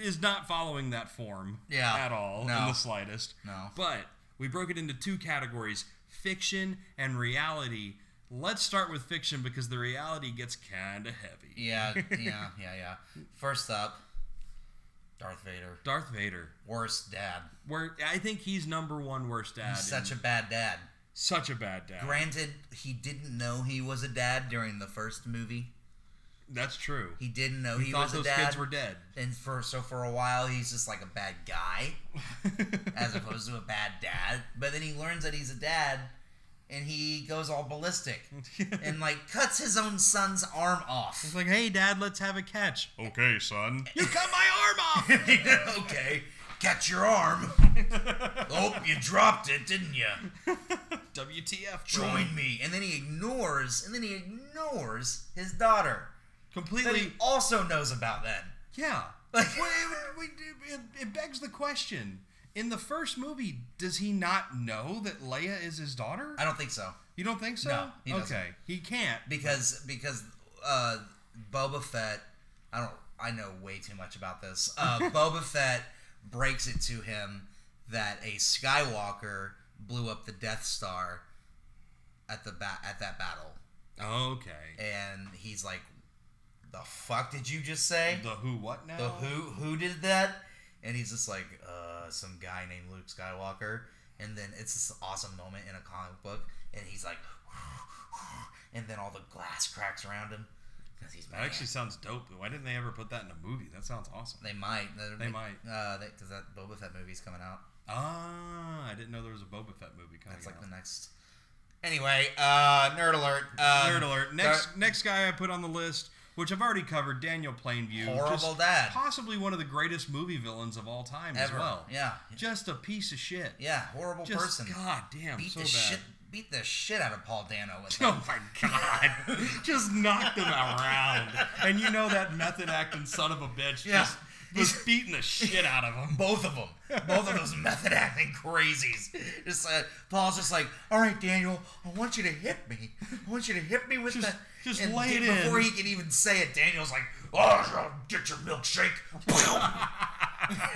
is not following that form Yeah. at all in No. the slightest. No. But we broke it into two categories fiction and reality. Let's start with fiction because the reality gets kind of heavy. Yeah, yeah, yeah, yeah. First up, Darth Vader. Darth Vader. Worst dad. Where I think he's number one worst dad. Such a and bad dad. such a bad dad. Granted, he didn't know he was a dad during the first movie. That's true. He didn't know He he, thought was a those dad. kids were dead. and for so for a while he's just like a bad guy as opposed to a bad dad. But then he learns that he's a dad and he goes all ballistic and like cuts his own son's arm It's off. like, hey, Dad, let's have a catch. Okay, son. You cut my arm off. okay, catch your arm. oh, you dropped it, didn't you? WTF? Join Join me. And then he ignores and then he ignores his daughter. That he completely. also knows about then. Yeah. Well, Like- it, would- it, it- it begs the question. In the first movie, does he not know that Leia is his daughter? I don't think so. You don't think so? No, he doesn't. okay, he can't. because because uh, Boba Fett, I don't, I know way too much about this. Uh, Boba Fett breaks it to him that a Skywalker blew up the Death Star at the ba- at that battle, Okay. and he's like, "The fuck did you just say? The who? What now? The who who did that?" And he's just like, "Uh, some guy named Luke Skywalker." And then it's this awesome moment in a comic book, and he's like. And then all the glass cracks around him because he's That mad. actually sounds dope. Why didn't they ever put that in a movie? That sounds awesome. They might. They might. Uh, because that Boba Fett movie's coming out. Ah, I didn't know there was a Boba Fett movie coming That's like out. the next. Anyway, uh, nerd alert. Um, Nerd alert. Next, next guy I put on the list, which I've already covered, Daniel Plainview. Horrible Just dad. Possibly one of the greatest movie villains of all time as ever. well. Yeah. Just a piece of shit. Yeah. Horrible Just person. god damn, beat so the bad. shit. Beat the shit out of Paul Dano with him. Oh my god! just knocked him around, and you know that method acting son of a bitch Yeah. just was beating the shit out of him. Both of them. Both of those method acting crazies. Just uh, Paul's just like, all right, Daniel, I want you to hit me. I want you to hit me with Just- the. just and lay Dan- it in. Before he can even say it, Daniel's like, oh, get your milkshake.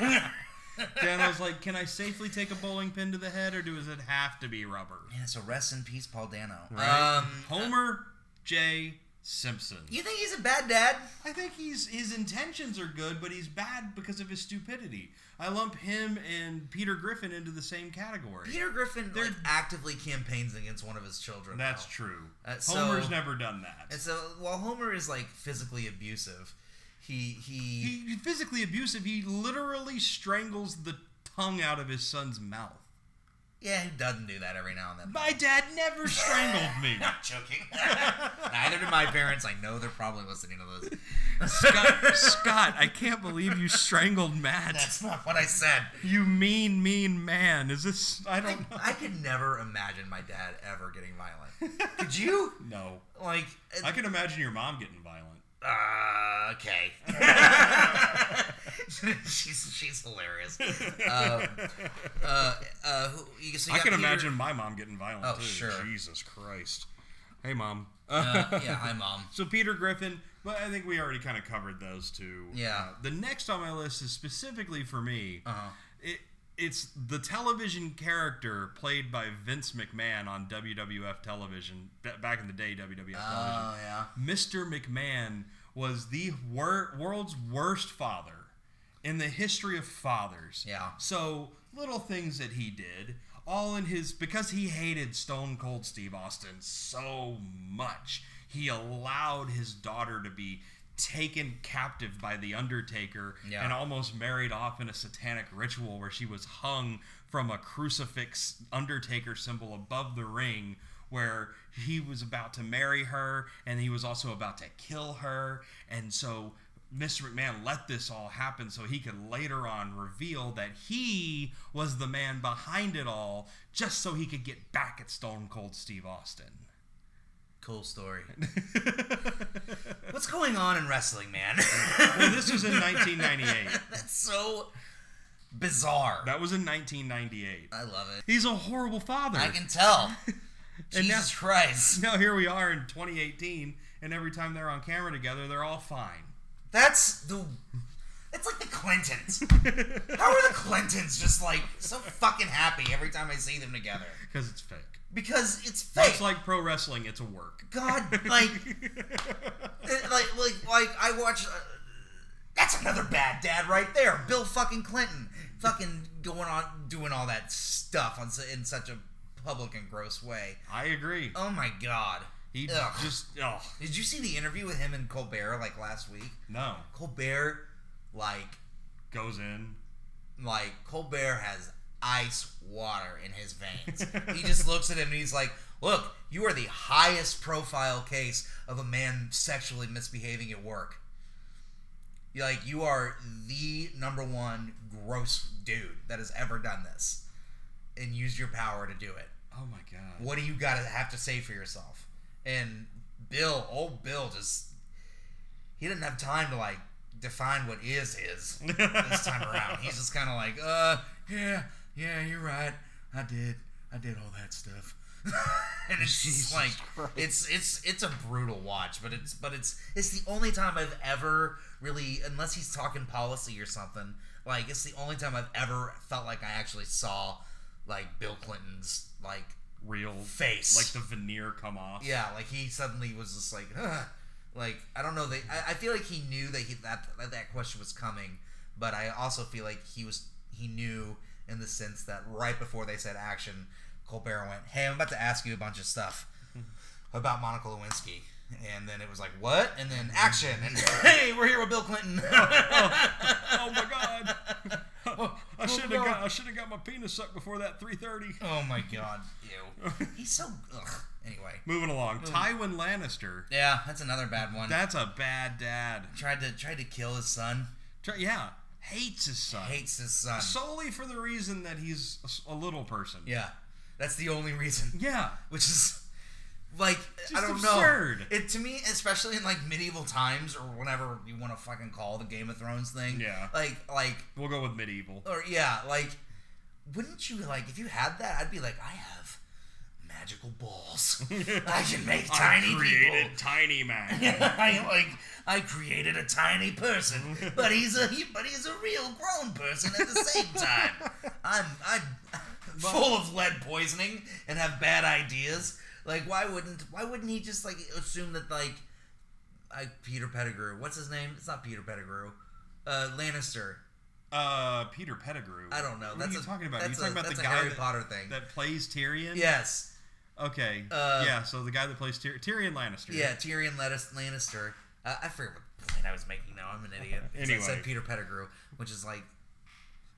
Then I was like, "Can I safely take a bowling pin to the head, or does it have to be rubber?" yeah, so rest in peace, Paul Dano. Right? Um, Homer J. Simpson. you think he's a bad dad? I think he's his intentions are good, but he's bad because of his stupidity. I lump him and Peter Griffin into the same category. Peter Griffin They're- like, actively campaigns against one of his children. That's now. true. Uh, so- Homer's never done that. And so while Homer is like physically abusive, he he, He physically abusive. He literally strangles the tongue out of his son's mouth. yeah he doesn't do that every now and then. My dad never strangled me. Not joking. Neither did my parents. I know they're probably listening to this. Scott, Scott, I can't believe you strangled Matt. That's not what I said. You mean, mean man. Is this? I I, don't know. I could never imagine my dad ever getting violent. Could you? No, Like, I can imagine your mom getting violent. uh, okay. she's she's hilarious. Um, uh, uh, who, you, so you I got can Peter- imagine my mom getting violent Oh, too. sure. Jesus Christ. Hey, mom. Uh, yeah, hi mom. So Peter Griffin, well, I think we already kind of covered those two. Yeah. Uh, the next on my list is specifically for me. Uh-huh. It it's the television character played by Vince McMahon on WWF television ba- back in the day. WWF television. Oh yeah. Mr. McMahon was the wor- world's worst father in the history of fathers. Yeah. So little things that he did, all in his because he hated Stone Cold Steve Austin so much, he allowed his daughter to be taken captive by the Undertaker Yeah. and almost married off in a satanic ritual where she was hung from a crucifix Undertaker symbol above the ring where he was about to marry her and he was also about to kill her. And so Mr. McMahon let this all happen so he could later on reveal that he was the man behind it all just so he could get back at Stone Cold Steve Austin. Cool story. What's going on in wrestling, man? And this was in 1998. That's so bizarre. That was in 1998. I love it. He's a horrible father. I can tell. And now- Jesus Christ. now here we are in 2018, and every time they're on camera together, they're all fine. That's the. That's like the Clintons. How are the Clintons just like so fucking happy every time I see them together? Because it's fake. Because it's fake. It's like pro wrestling, it's a work. God, like, it- like, like, like I watch. Uh, that's another bad dad right there. Bill fucking Clinton, fucking going on doing all that stuff on, su- in such a public and gross way. I agree. Oh my god. He Ugh. just, oh, Did you see the interview with him and Colbert like last week? no. Colbert, like, Goes in. like Colbert has ice water in his veins. he just looks at him and he's like, "Look, you are the highest profile case of a man sexually misbehaving at work. You're like you are the number one gross dude that has ever done this, and used your power to do it. Oh my God. What do you got to have to say for yourself?" And Bill, old Bill, just he didn't have time to like define what is is this time around. He's just kind of like, uh, yeah, yeah, you're right. I did, I did all that stuff. and it's Jesus just like Christ. it's it's it's a brutal watch, but it's but it's it's the only time I've ever really, unless he's talking policy or something. Like it's the only time I've ever felt like I actually saw like Bill Clinton's like Real. face, Like the veneer come off. yeah, like he suddenly was just like, huh. like I don't know. They, I, I feel like he knew that he that that that question was coming, but I also feel like he was he knew in the sense that right before they said action, Colbert went, "Hey, I'm about to ask you a bunch of stuff about Monica Lewinsky." And then it was like, what? And then action. And hey, we're here with Bill Clinton. Oh my God. I should God. have got I should have got my penis sucked before that 3:30. oh my God. Ew. He's so. Ugh. Anyway. Moving along, Mm. Tywin Lannister. Yeah, that's another bad one. That's a bad dad. tried to tried to kill his son. Tr- Yeah, hates his son Hates his son. solely for the reason that he's a s- a little person. Yeah, that's the only reason. Yeah. Which is like I Just don't absurd. know. It to me, especially in like medieval times or whenever you want to fucking call the Game of Thrones thing. Yeah. Like like We'll go with medieval. or yeah like, wouldn't you like if you had that? I'd be like I have magical balls. I can make tiny I created people. Tiny Man. I like I created a tiny person, but he's a he, but he's a real grown person at the same time. I'm I'm full of lead poisoning and have bad ideas. Like why wouldn't why wouldn't he just like assume that like I Peter Pettigrew, what's his name? It's not Peter Pettigrew. Uh, Lannister. Uh, Peter Pettigrew. I don't know. What That's are you a, talking about? Are you That's talking a, about that's the a guy Harry that, Potter thing. that plays Tyrion? yes. Okay. Uh, yeah. So the guy that plays Tyr- Tyrion Lannister. Yeah, Tyrion Lannis- Lannister. Uh, I forget what point I was making now. I'm an idiot. Because I Anyway. said Peter Pettigrew, which is like,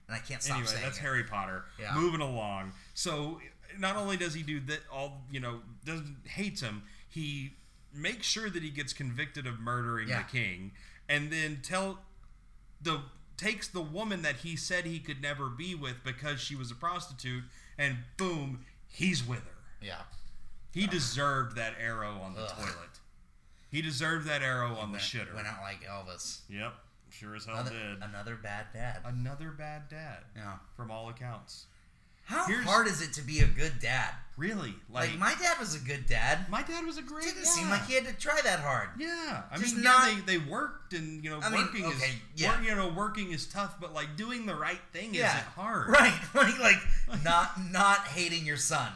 and I can't stop Anyway, saying that's it. Harry Potter. Yeah. Moving along. So not only does he do that, all you know, doesn't hates him. He makes sure that he gets convicted of murdering Yeah. the king, and then tell the takes the woman that he said he could never be with because she was a prostitute, and boom, he's with her. Yeah, He deserved that arrow on the Ugh. toilet. He deserved that arrow on the Went- shitter. Went out like Elvis. Yep, sure as hell Another, did. another bad dad. Another bad dad, Yeah. from all accounts. How Here's- hard is it to be a good dad? Really, like, Like, my dad was a good dad. my dad was a great. Didn't dad. seem like he had to try that hard. Yeah, I Just mean, not- yeah, they, they worked and you know I mean, working is okay, yeah. work- you know working is tough, but like doing the right thing Yeah. isn't hard. Right. Like like not not hating your son.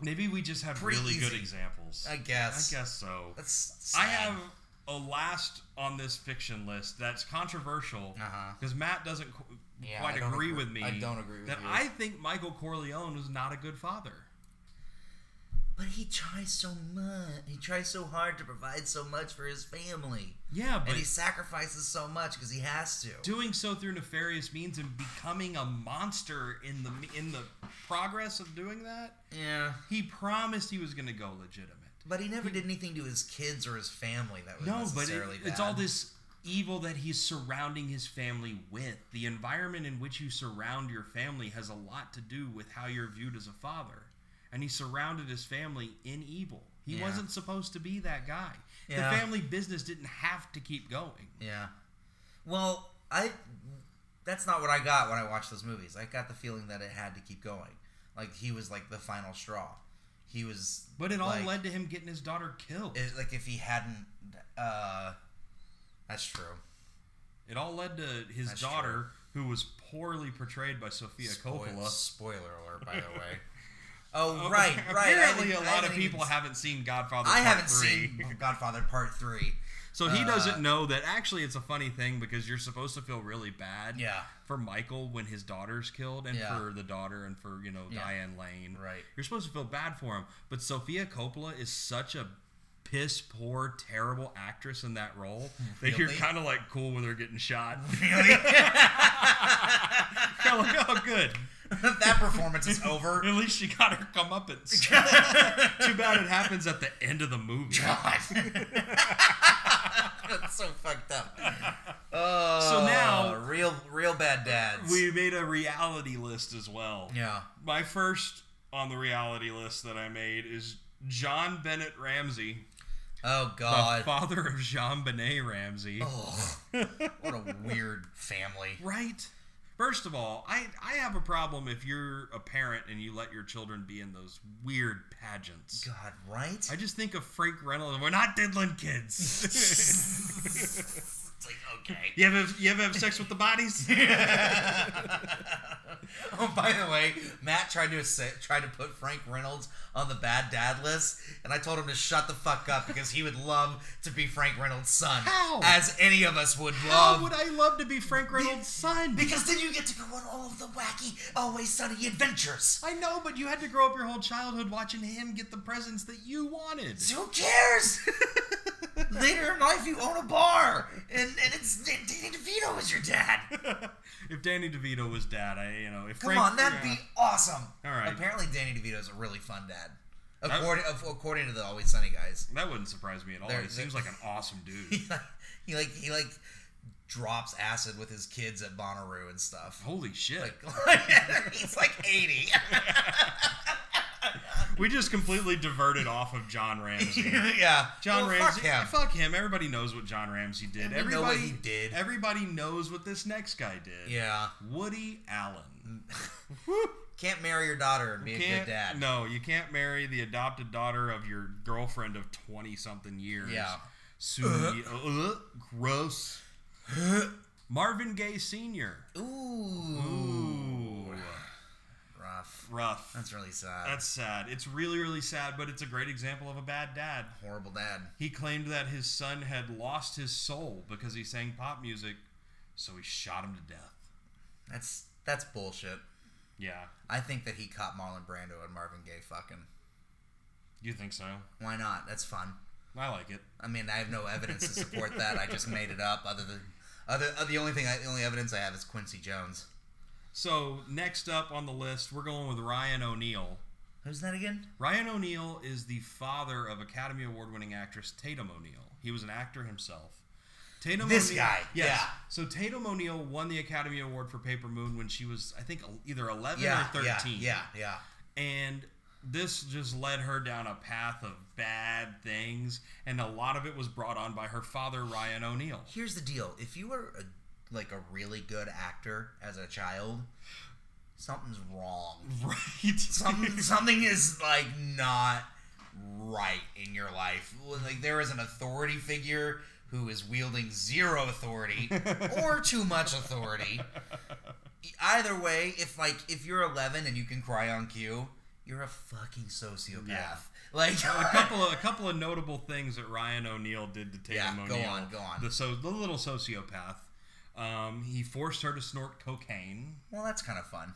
Maybe we just have Pretty really good easy. examples. I guess. I guess so. That's I sad. have a last on this fiction list that's controversial Uh-huh. because Matt doesn't qu- Yeah, quite I don't agree, agree- with me. I don't agree with that you. I think Michael Corleone was not a good father. But he tries so much. He tries so hard to provide so much for his family. Yeah, but and he sacrifices so much because he has to. doing so through nefarious means and becoming a monster in the in the progress of doing that. Yeah. He promised he was going to go legitimate. But he never did anything to his kids or his family that was No, but it, necessarily it's bad. all this evil that he's surrounding his family with. The environment in which you surround your family has a lot to do with how you're viewed as a father. And he surrounded his family in evil. He Yeah. wasn't supposed to be that guy. Yeah. The family business didn't have to keep going. Yeah. Well, I that's not what I got when I watched those movies. I got the feeling that it had to keep going. Like he was like the final straw. He was But it all like, led to him getting his daughter killed. It, it, like if he hadn't uh that's true. all led to his That's daughter, who was poorly portrayed by Sophia Spoil- Coppola. Spoiler alert by the way. Oh, Oh, right, right. Apparently, a a lot of people haven't seen Godfather. I Part haven't Three. seen Godfather Part 3. So he Uh, doesn't know that actually it's a funny thing because you're supposed to feel really bad Yeah. for Michael when his daughter's killed and Yeah. for the daughter and for, you know, Yeah. Diane Lane. Right. You're supposed to feel bad for him. But Sophia Coppola is such a piss poor, terrible actress in that role that you're Really? kind of like cool with her getting shot. Really? You're like, oh, good. that performance is over. At least she got her comeuppance. Too bad it happens at the end of the movie. God. That's so fucked up. Oh, So now- real, real bad dads. We made a reality list as well. yeah, my first on the reality list that I made is John Bennett Ramsey, oh the god, father of Jean Benet Ramsey. Ugh. what a weird family. Right? First of all, I, I have a problem if you're a parent and you let your children be in those weird pageants. God, right? I just think of Frank Reynolds. We're not diddling kids. it's like okay. you ever you ever have sex with the bodies? oh, by the way, Matt tried to say, tried to put Frank Reynolds on the bad dad list, and I told him to shut the fuck up because he would love to be Frank Reynolds' son, How? as any of us would love. How would I love to be Frank Reynolds' son? Because then you get to go on all of the wacky, always sunny adventures. I know, but you had to grow up your whole childhood watching him get the presents that you wanted. Who cares? Later in life, you own a bar, and, and it's Danny DeVito is your dad. if Danny DeVito was dad, I you know if Come Frank, on, that'd yeah. be awesome. All right. Apparently, Danny DeVito's a really fun dad, That- according of- according to the Always Sunny guys. that wouldn't surprise me at all. There- he seems like an awesome dude. He like he like he like drops acid with his kids at Bonnaroo and stuff. Holy shit! He's like eighty. we just completely diverted off of John Ramsey. yeah, John Well, Ramsey, Fuck him. Oh, fuck him. Everybody knows what John Ramsey did. We know everybody what he did. Everybody knows what this next guy did. Yeah. Woody Allen. Can't marry your daughter and be a Can't- good dad. No, you can't marry the adopted daughter of your girlfriend of twenty something years. Yeah. Soon, uh, gross. Marvin Gaye Sr. Ooh. Ooh. Rough. Rough. That's really sad. That's sad. It's really, really sad, but it's a great example of a bad dad. horrible dad. He claimed that his son had lost his soul because he sang pop music, so he shot him to death. That's that's bullshit. Yeah. I think that he caught Marlon Brando and Marvin Gaye fucking. You think so? Why not? That's fun. I like it. I mean, I have no evidence to support that. I just made it up. Other than, other uh, the only thing, I, the only evidence I have is Quincy Jones. So, next up on the list, we're going with Ryan O'Neal. Who's that again? Ryan O'Neal is the father of Academy Award winning actress Tatum O'Neal. He was an actor himself. Tatum This O'Neal- guy, yes. yeah. So Tatum O'Neal won the Academy Award for Paper Moon when she was, I think, either 11 Yeah, or 13. yeah, yeah, yeah. And this just led her down a path of bad things, and a lot of it was brought on by her father, Ryan O'Neill. Here's the deal: if you were a, like a really good actor as a child, something's wrong. Right. Something something is like not right in your life. Like there is an authority figure who is wielding zero authority or too much authority. Either way, if like if you're 11 and you can cry on cue, you're a fucking sociopath. Yeah. Like a couple of a couple of notable things that Ryan O'Neill did to Tatum Yeah, O'Neal. go on, go on. The so the little sociopath. Um, he forced her to snort cocaine. Well, that's kind of fun.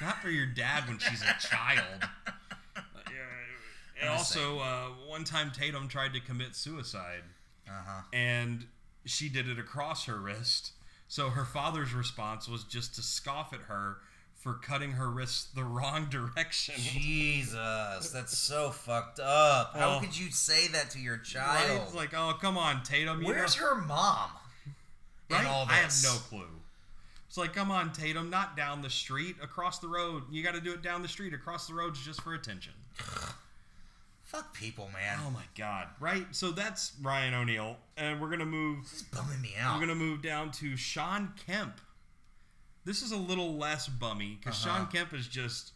Not for your dad when she's a child. Yeah, And I'm just also, uh, one time Tatum tried to commit suicide, Uh-huh. and she did it across her wrist. So her father's response was just to scoff at her for cutting her wrist the wrong direction. Jesus, that's so fucked up. How Well- could you say that to your Right? child? It's like, oh come on, Tatum. You Where's know- her mom? in Right? all I have this? no clue. It's like, come on, Tatum, not down the street, across the road. You got to do it down the street. Across the road's just for attention. Fuck people, man. Oh my God! Right. So that's Ryan O'Neal, and we're gonna move. This is bumming me out. We're gonna move down to Sean Kemp. This is a little less bummy because Sean Kemp is just,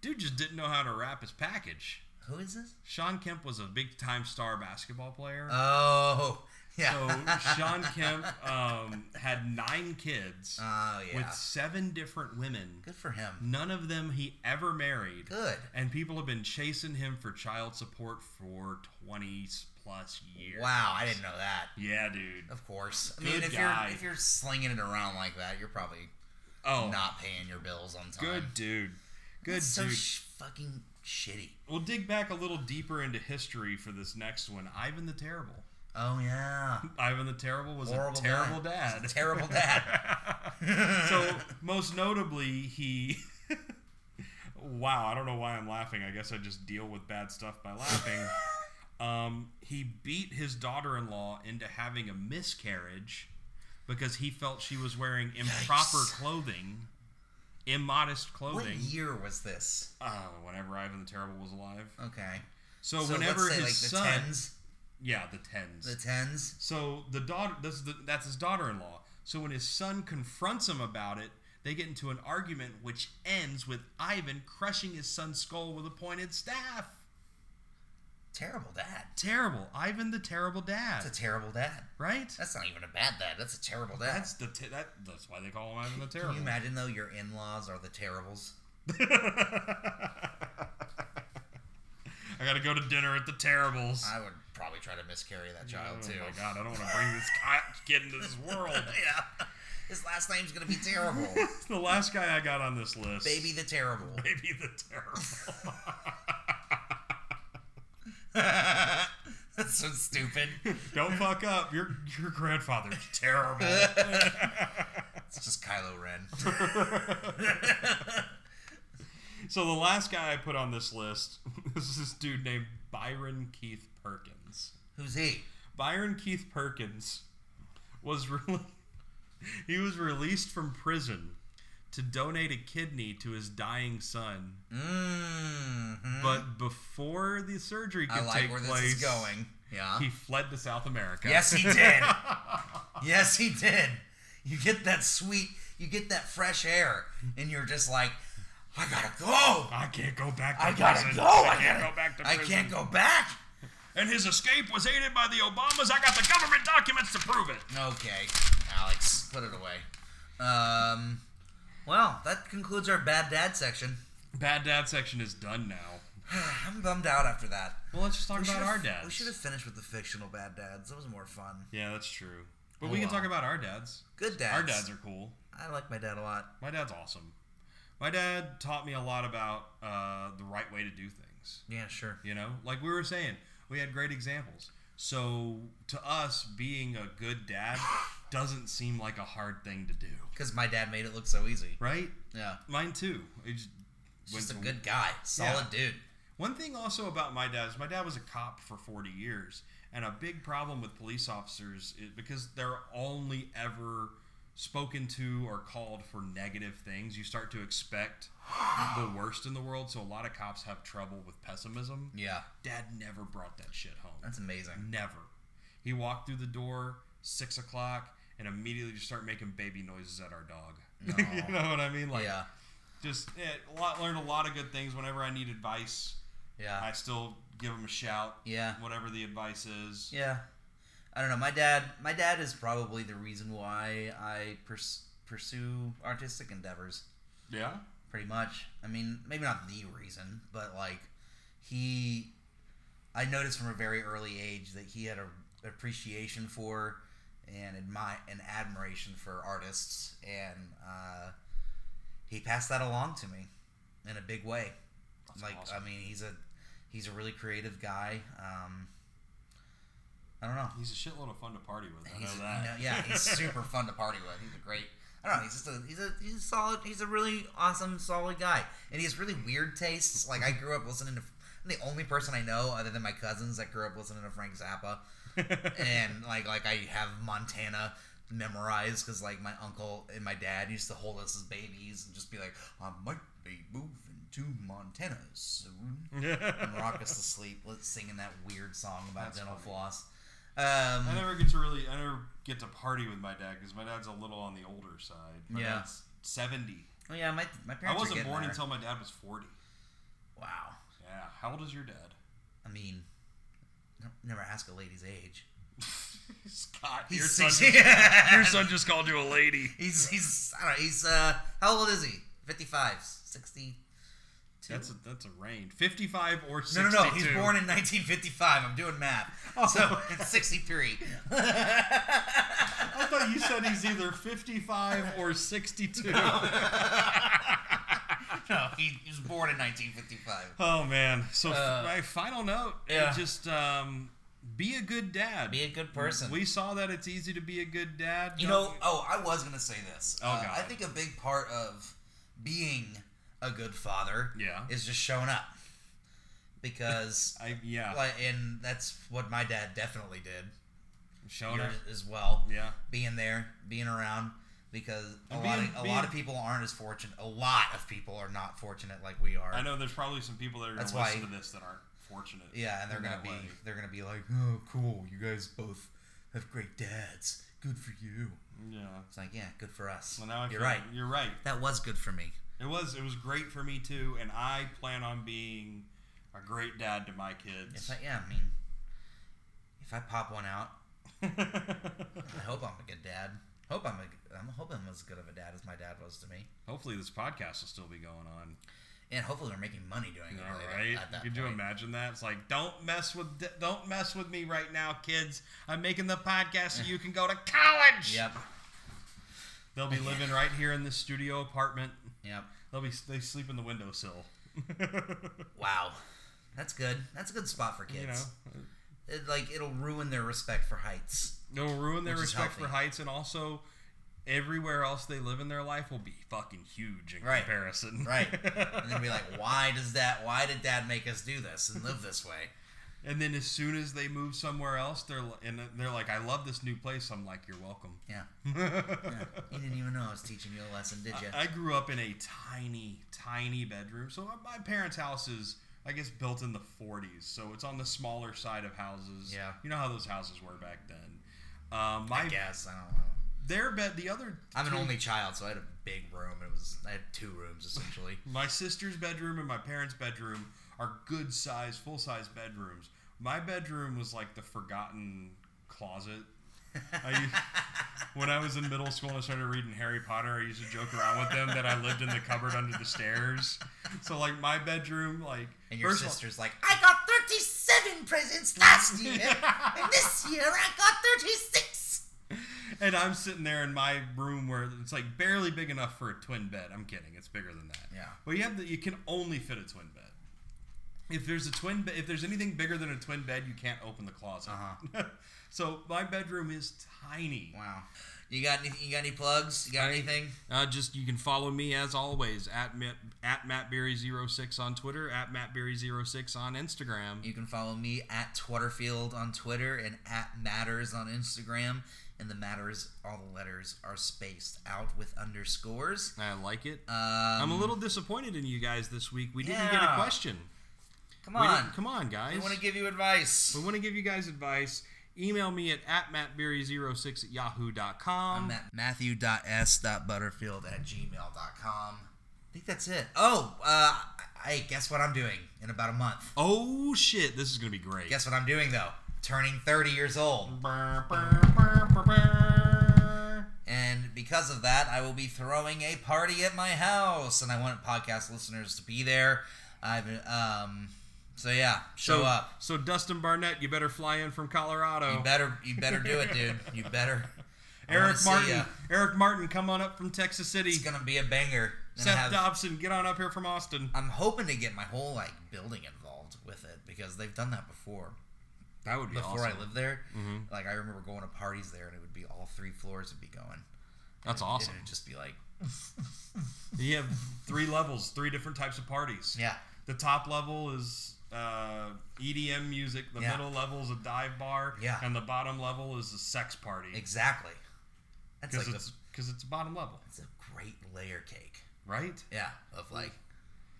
dude, just didn't know how to wrap his package. Who is this? Sean Kemp was a big time star basketball player. Oh, yeah. so Sean Kemp um, had nine kids oh, yeah. with seven different women. Good for him. None of them he ever married. Good. And people have been chasing him for child support for 20 plus years. Wow, I didn't know that. Yeah, dude. Of course. I Good mean, if guy. you're if you're slinging it around like that, you're probably Oh, not paying your bills on time. good dude. Good That's so dude. sh- fucking shitty. we'll dig back a little deeper into history for this next one. Ivan the Terrible. Oh yeah. Ivan the Terrible was Horrible a terrible dad. dad. Terrible dad. so most notably he wow i don't know why i'm laughing i guess i just deal with bad stuff by laughing um, he beat his daughter-in-law into having a miscarriage because he felt she was wearing improper Yikes. clothing immodest What clothing year was this? oh whenever ivan the terrible was alive Okay. so, Uh, So whenever let's say his like the son tens. yeah the tens The tens. so the daughter, this is the, that's his daughter-in-law. So when his son confronts him about it, they get into an argument, which ends with Ivan crushing his son's skull with a pointed staff. Terrible dad. Terrible, Ivan the terrible dad, That's a terrible dad. right? That's not even a bad dad. That's a terrible dad. That's the te- that, that's why they call him Ivan the Can you terrible. imagine though? Your in-laws are the terribles. I gotta go to dinner at the Terribles. I would probably try to miscarry that oh child too. my god, I don't want to bring this ki- kid into this world. yeah. His last name's gonna be terrible. the last guy I got on this list, Baby the terrible. baby the terrible. That's so stupid. Don't fuck up. Your your grandfather's terrible. It's just Kylo Ren. so the last guy I put on this list is this dude named Byron Keith Perkins. Who's he? Byron Keith Perkins was really he was released from prison to donate a kidney to his dying son. Mm-hmm. But before the surgery could I like take where place, this is going. Yeah. he fled to South America. Yes, he did. yes, he did. You get that sweet, you get that fresh air, and you're just like, I gotta go. I can't go back to I gotta prison. go. I can't go back to I prison. can't go back. And his escape was aided by the Obamas. I got the government documents to prove it. Okay, Alex, put it away. Um, well, that concludes our bad dad section. Bad dad section is done now. I'm bummed out after that. Well, let's just talk We about should've- our dads. We should have finished with the fictional bad dads. That was more fun. Yeah, that's true. But Oh, we can well. talk about our dads. Good dads. Our dads are cool. I like my dad a lot. My dad's awesome. My dad taught me a lot about uh, the right way to do things. Yeah, sure. You know, like we were saying, we had great examples. So to us, being a good dad doesn't seem like a hard thing to do, Because my dad made it look so easy. right? Yeah. Mine too. It just Just a went to- good guy. Solid dude. One thing also about my dad is my dad was a cop for 40 years, and a big problem with police officers is because they're only ever spoken to or called for negative things, you start to expect the worst in the world. So a lot of cops have trouble with pessimism. Yeah, Dad never brought that shit home. that's amazing. Never. He walked through the door six o'clock and immediately just start making baby noises at our dog. you know what I mean? Like yeah, just yeah, a lot learned a lot of good things. Whenever I need advice, I yeah, still give him a shout. yeah. Whatever the advice is. Yeah, I don't know. My dad, my dad is probably the reason why I pers- pursue artistic endeavors. Yeah. Pretty much. I mean, maybe not the reason, but like he, I noticed from a very early age that he had a appreciation for and admi- an admiration for artists, and uh, he passed that along to me in a big way That's like awesome. I mean, he's a he's a really creative guy. Um, I don't know. He's a shitload of fun to party with. I He's, know that. you know, yeah, he's super fun to party with. He's a great. I don't know. He's just a he's a he's a solid. He's a really awesome, solid guy, and he has really weird tastes. Like I grew up listening to. I'm the only person I know, other than my cousins, that grew up listening to Frank Zappa, and like like I have Montana memorized because like my uncle and my dad used to hold us as babies and just be like, I might be moving to Montana soon and rock us to sleep li- singing that weird song about That's dental funny. floss. I Um, never get to really, I never get to party with my dad because my dad's a little on the older side. My Yeah. dad's seventy. oh yeah, my my I parents. are wasn't getting born there. until my dad was forty. wow. Yeah. How old is your dad? I mean, n- never ask a lady's age. Scott, He's your son, sixty. just, your son just called you a lady. he's he's I don't know. He's uh, how old is he? 55, 62? That's a, that's a range. Fifty-five or No, sixty-two. no, no. He's born in 1955. I'm doing math. So it's 63. I thought you said he's either fifty-five or sixty-two. No, Oh, he, he was born in 1955. Oh man. So f- Uh, my final note. yeah. Yeah. Just um, be a good dad. Be a good person. We saw that it's easy to be a good dad. You don't know, oh, I was gonna say this. Oh, Uh, God. I think a big part of being a good father Yeah. is just showing up, because I yeah. like, and that's what my dad definitely did showing her. as well. Yeah. being there, being around, because a And lot being- of a being- lot of people aren't as fortunate. A lot of people are not fortunate like we are. I know there's probably some people that are going That's to listen why- to this that aren't fortunate. Yeah, and they're in gonna that be way. they're gonna be like, oh, cool, you guys both have great dads. Good for you. Yeah. It's like, yeah, good for us. Well, now I You're feel- right. You're right. That was good for me. It was. It was great for me too, and I plan on being a great dad to my kids. If I, yeah, I mean, if I pop one out, I hope I'm a good dad. Hope I'm a, I'm hoping I'm as good of a dad as my dad was to me, Hopefully, this podcast will still be going on. and hopefully we're making money doing it. All later right. At that Could you point. imagine that? It's like, don't mess with, don't mess with me right now, kids. I'm making the podcast so you can go to college. Yep. They'll be living right here in this studio apartment. Yep. They'll be they sleep in the windowsill. Wow. That's good. That's a good spot for kids. you know, It, like it'll ruin their respect for heights. it'll ruin their Which is respect for healthy. heights, and also everywhere else they live in their life will be fucking huge in Right. comparison. Right. and then be like, why does that? Why did Dad make us do this and live this way? And then as soon as they move somewhere else, they're l- and they're like, "I love this new place." I'm like, "You're welcome." Yeah. yeah. You didn't even know I was teaching you a lesson, did you? I grew up in a tiny, tiny bedroom. So my- my parents' house is, I guess, built in the 40s. So it's on the smaller side of houses. Yeah. You know how those houses were back then. Um, I my guess I don't know. their bed, the other. I'm an three- only child, so I had a big room. It was I had two rooms essentially. My sister's bedroom and my parents' bedroom are good size, full size bedrooms. My bedroom was like the forgotten closet. I, used- when I was in middle school and I started reading Harry Potter, I used to joke around with them that I lived in the cupboard under the stairs. So like my bedroom, like And your first of all- sister's like, I got 37 presents last year, and this year I got 36. and I'm sitting there in my room where it's like barely big enough for a twin bed. I'm kidding, it's bigger than that. Yeah. But you have the, you can only fit a twin bed. if there's a twin be- if there's anything bigger than a twin bed you can't open the closet Uh-huh. so my bedroom is tiny Wow. You got any? You got any plugs? You got I- anything? uh, just you can follow me as always at Matt, at mattberry06 on twitter at mattberry06 on instagram You can follow me at Twitterfield on Twitter and at Matters on Instagram. And the matters, all the letters are spaced out with underscores. i like it Um, i'm a little disappointed in you guys this week we didn't get a Yeah. question Come We didn't- on. come on guys We want to give you advice. We want to give you guys advice. Email me at, at mattberry06 at I'm yahoo.com. at matthew.s.butterfield at gmail.com. I think that's it. Oh, uh, hey, guess what I'm doing in about a month? Oh shit, this is gonna be great. Guess what I'm doing, though? Turning 30 years old. Brr, brr, brr, brr, brr. And because of that, I will be throwing a party at my house, and I want podcast listeners to be there. I've um, so yeah, show So, up. so Dustin Barnett, you better fly in from Colorado. You better, you better do it, dude. You better. I wanna Eric see Martin, ya. Eric Martin, come on up from Texas City. It's gonna be a banger. And I Seth have- Dobson, get on up here from Austin. I'm hoping to get my whole like building involved with it because they've done that before. That would be Before awesome. Mm-hmm. I lived there, like I remember going to parties there, and it would be all three floors would be going. That's awesome. And it'd just be like, You have three levels, three different types of parties. yeah, The top level is uh, EDM music. The Yeah. middle level is a dive bar. Yeah. And the bottom level is a sex party. exactly. That's Because like the- it's because it's bottom level, it's a great layer cake. right? Yeah, of like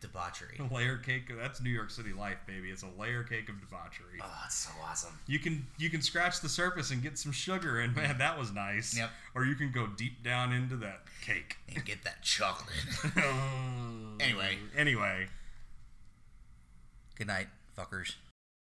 debauchery. A layer cake. That's New York City life, baby. It's a layer cake of debauchery. Oh, that's so awesome. You can you can scratch the surface and get some sugar, and man, that was nice. Yep. Or you can go deep down into that cake. And get that chocolate. anyway, Anyway. good night, fuckers.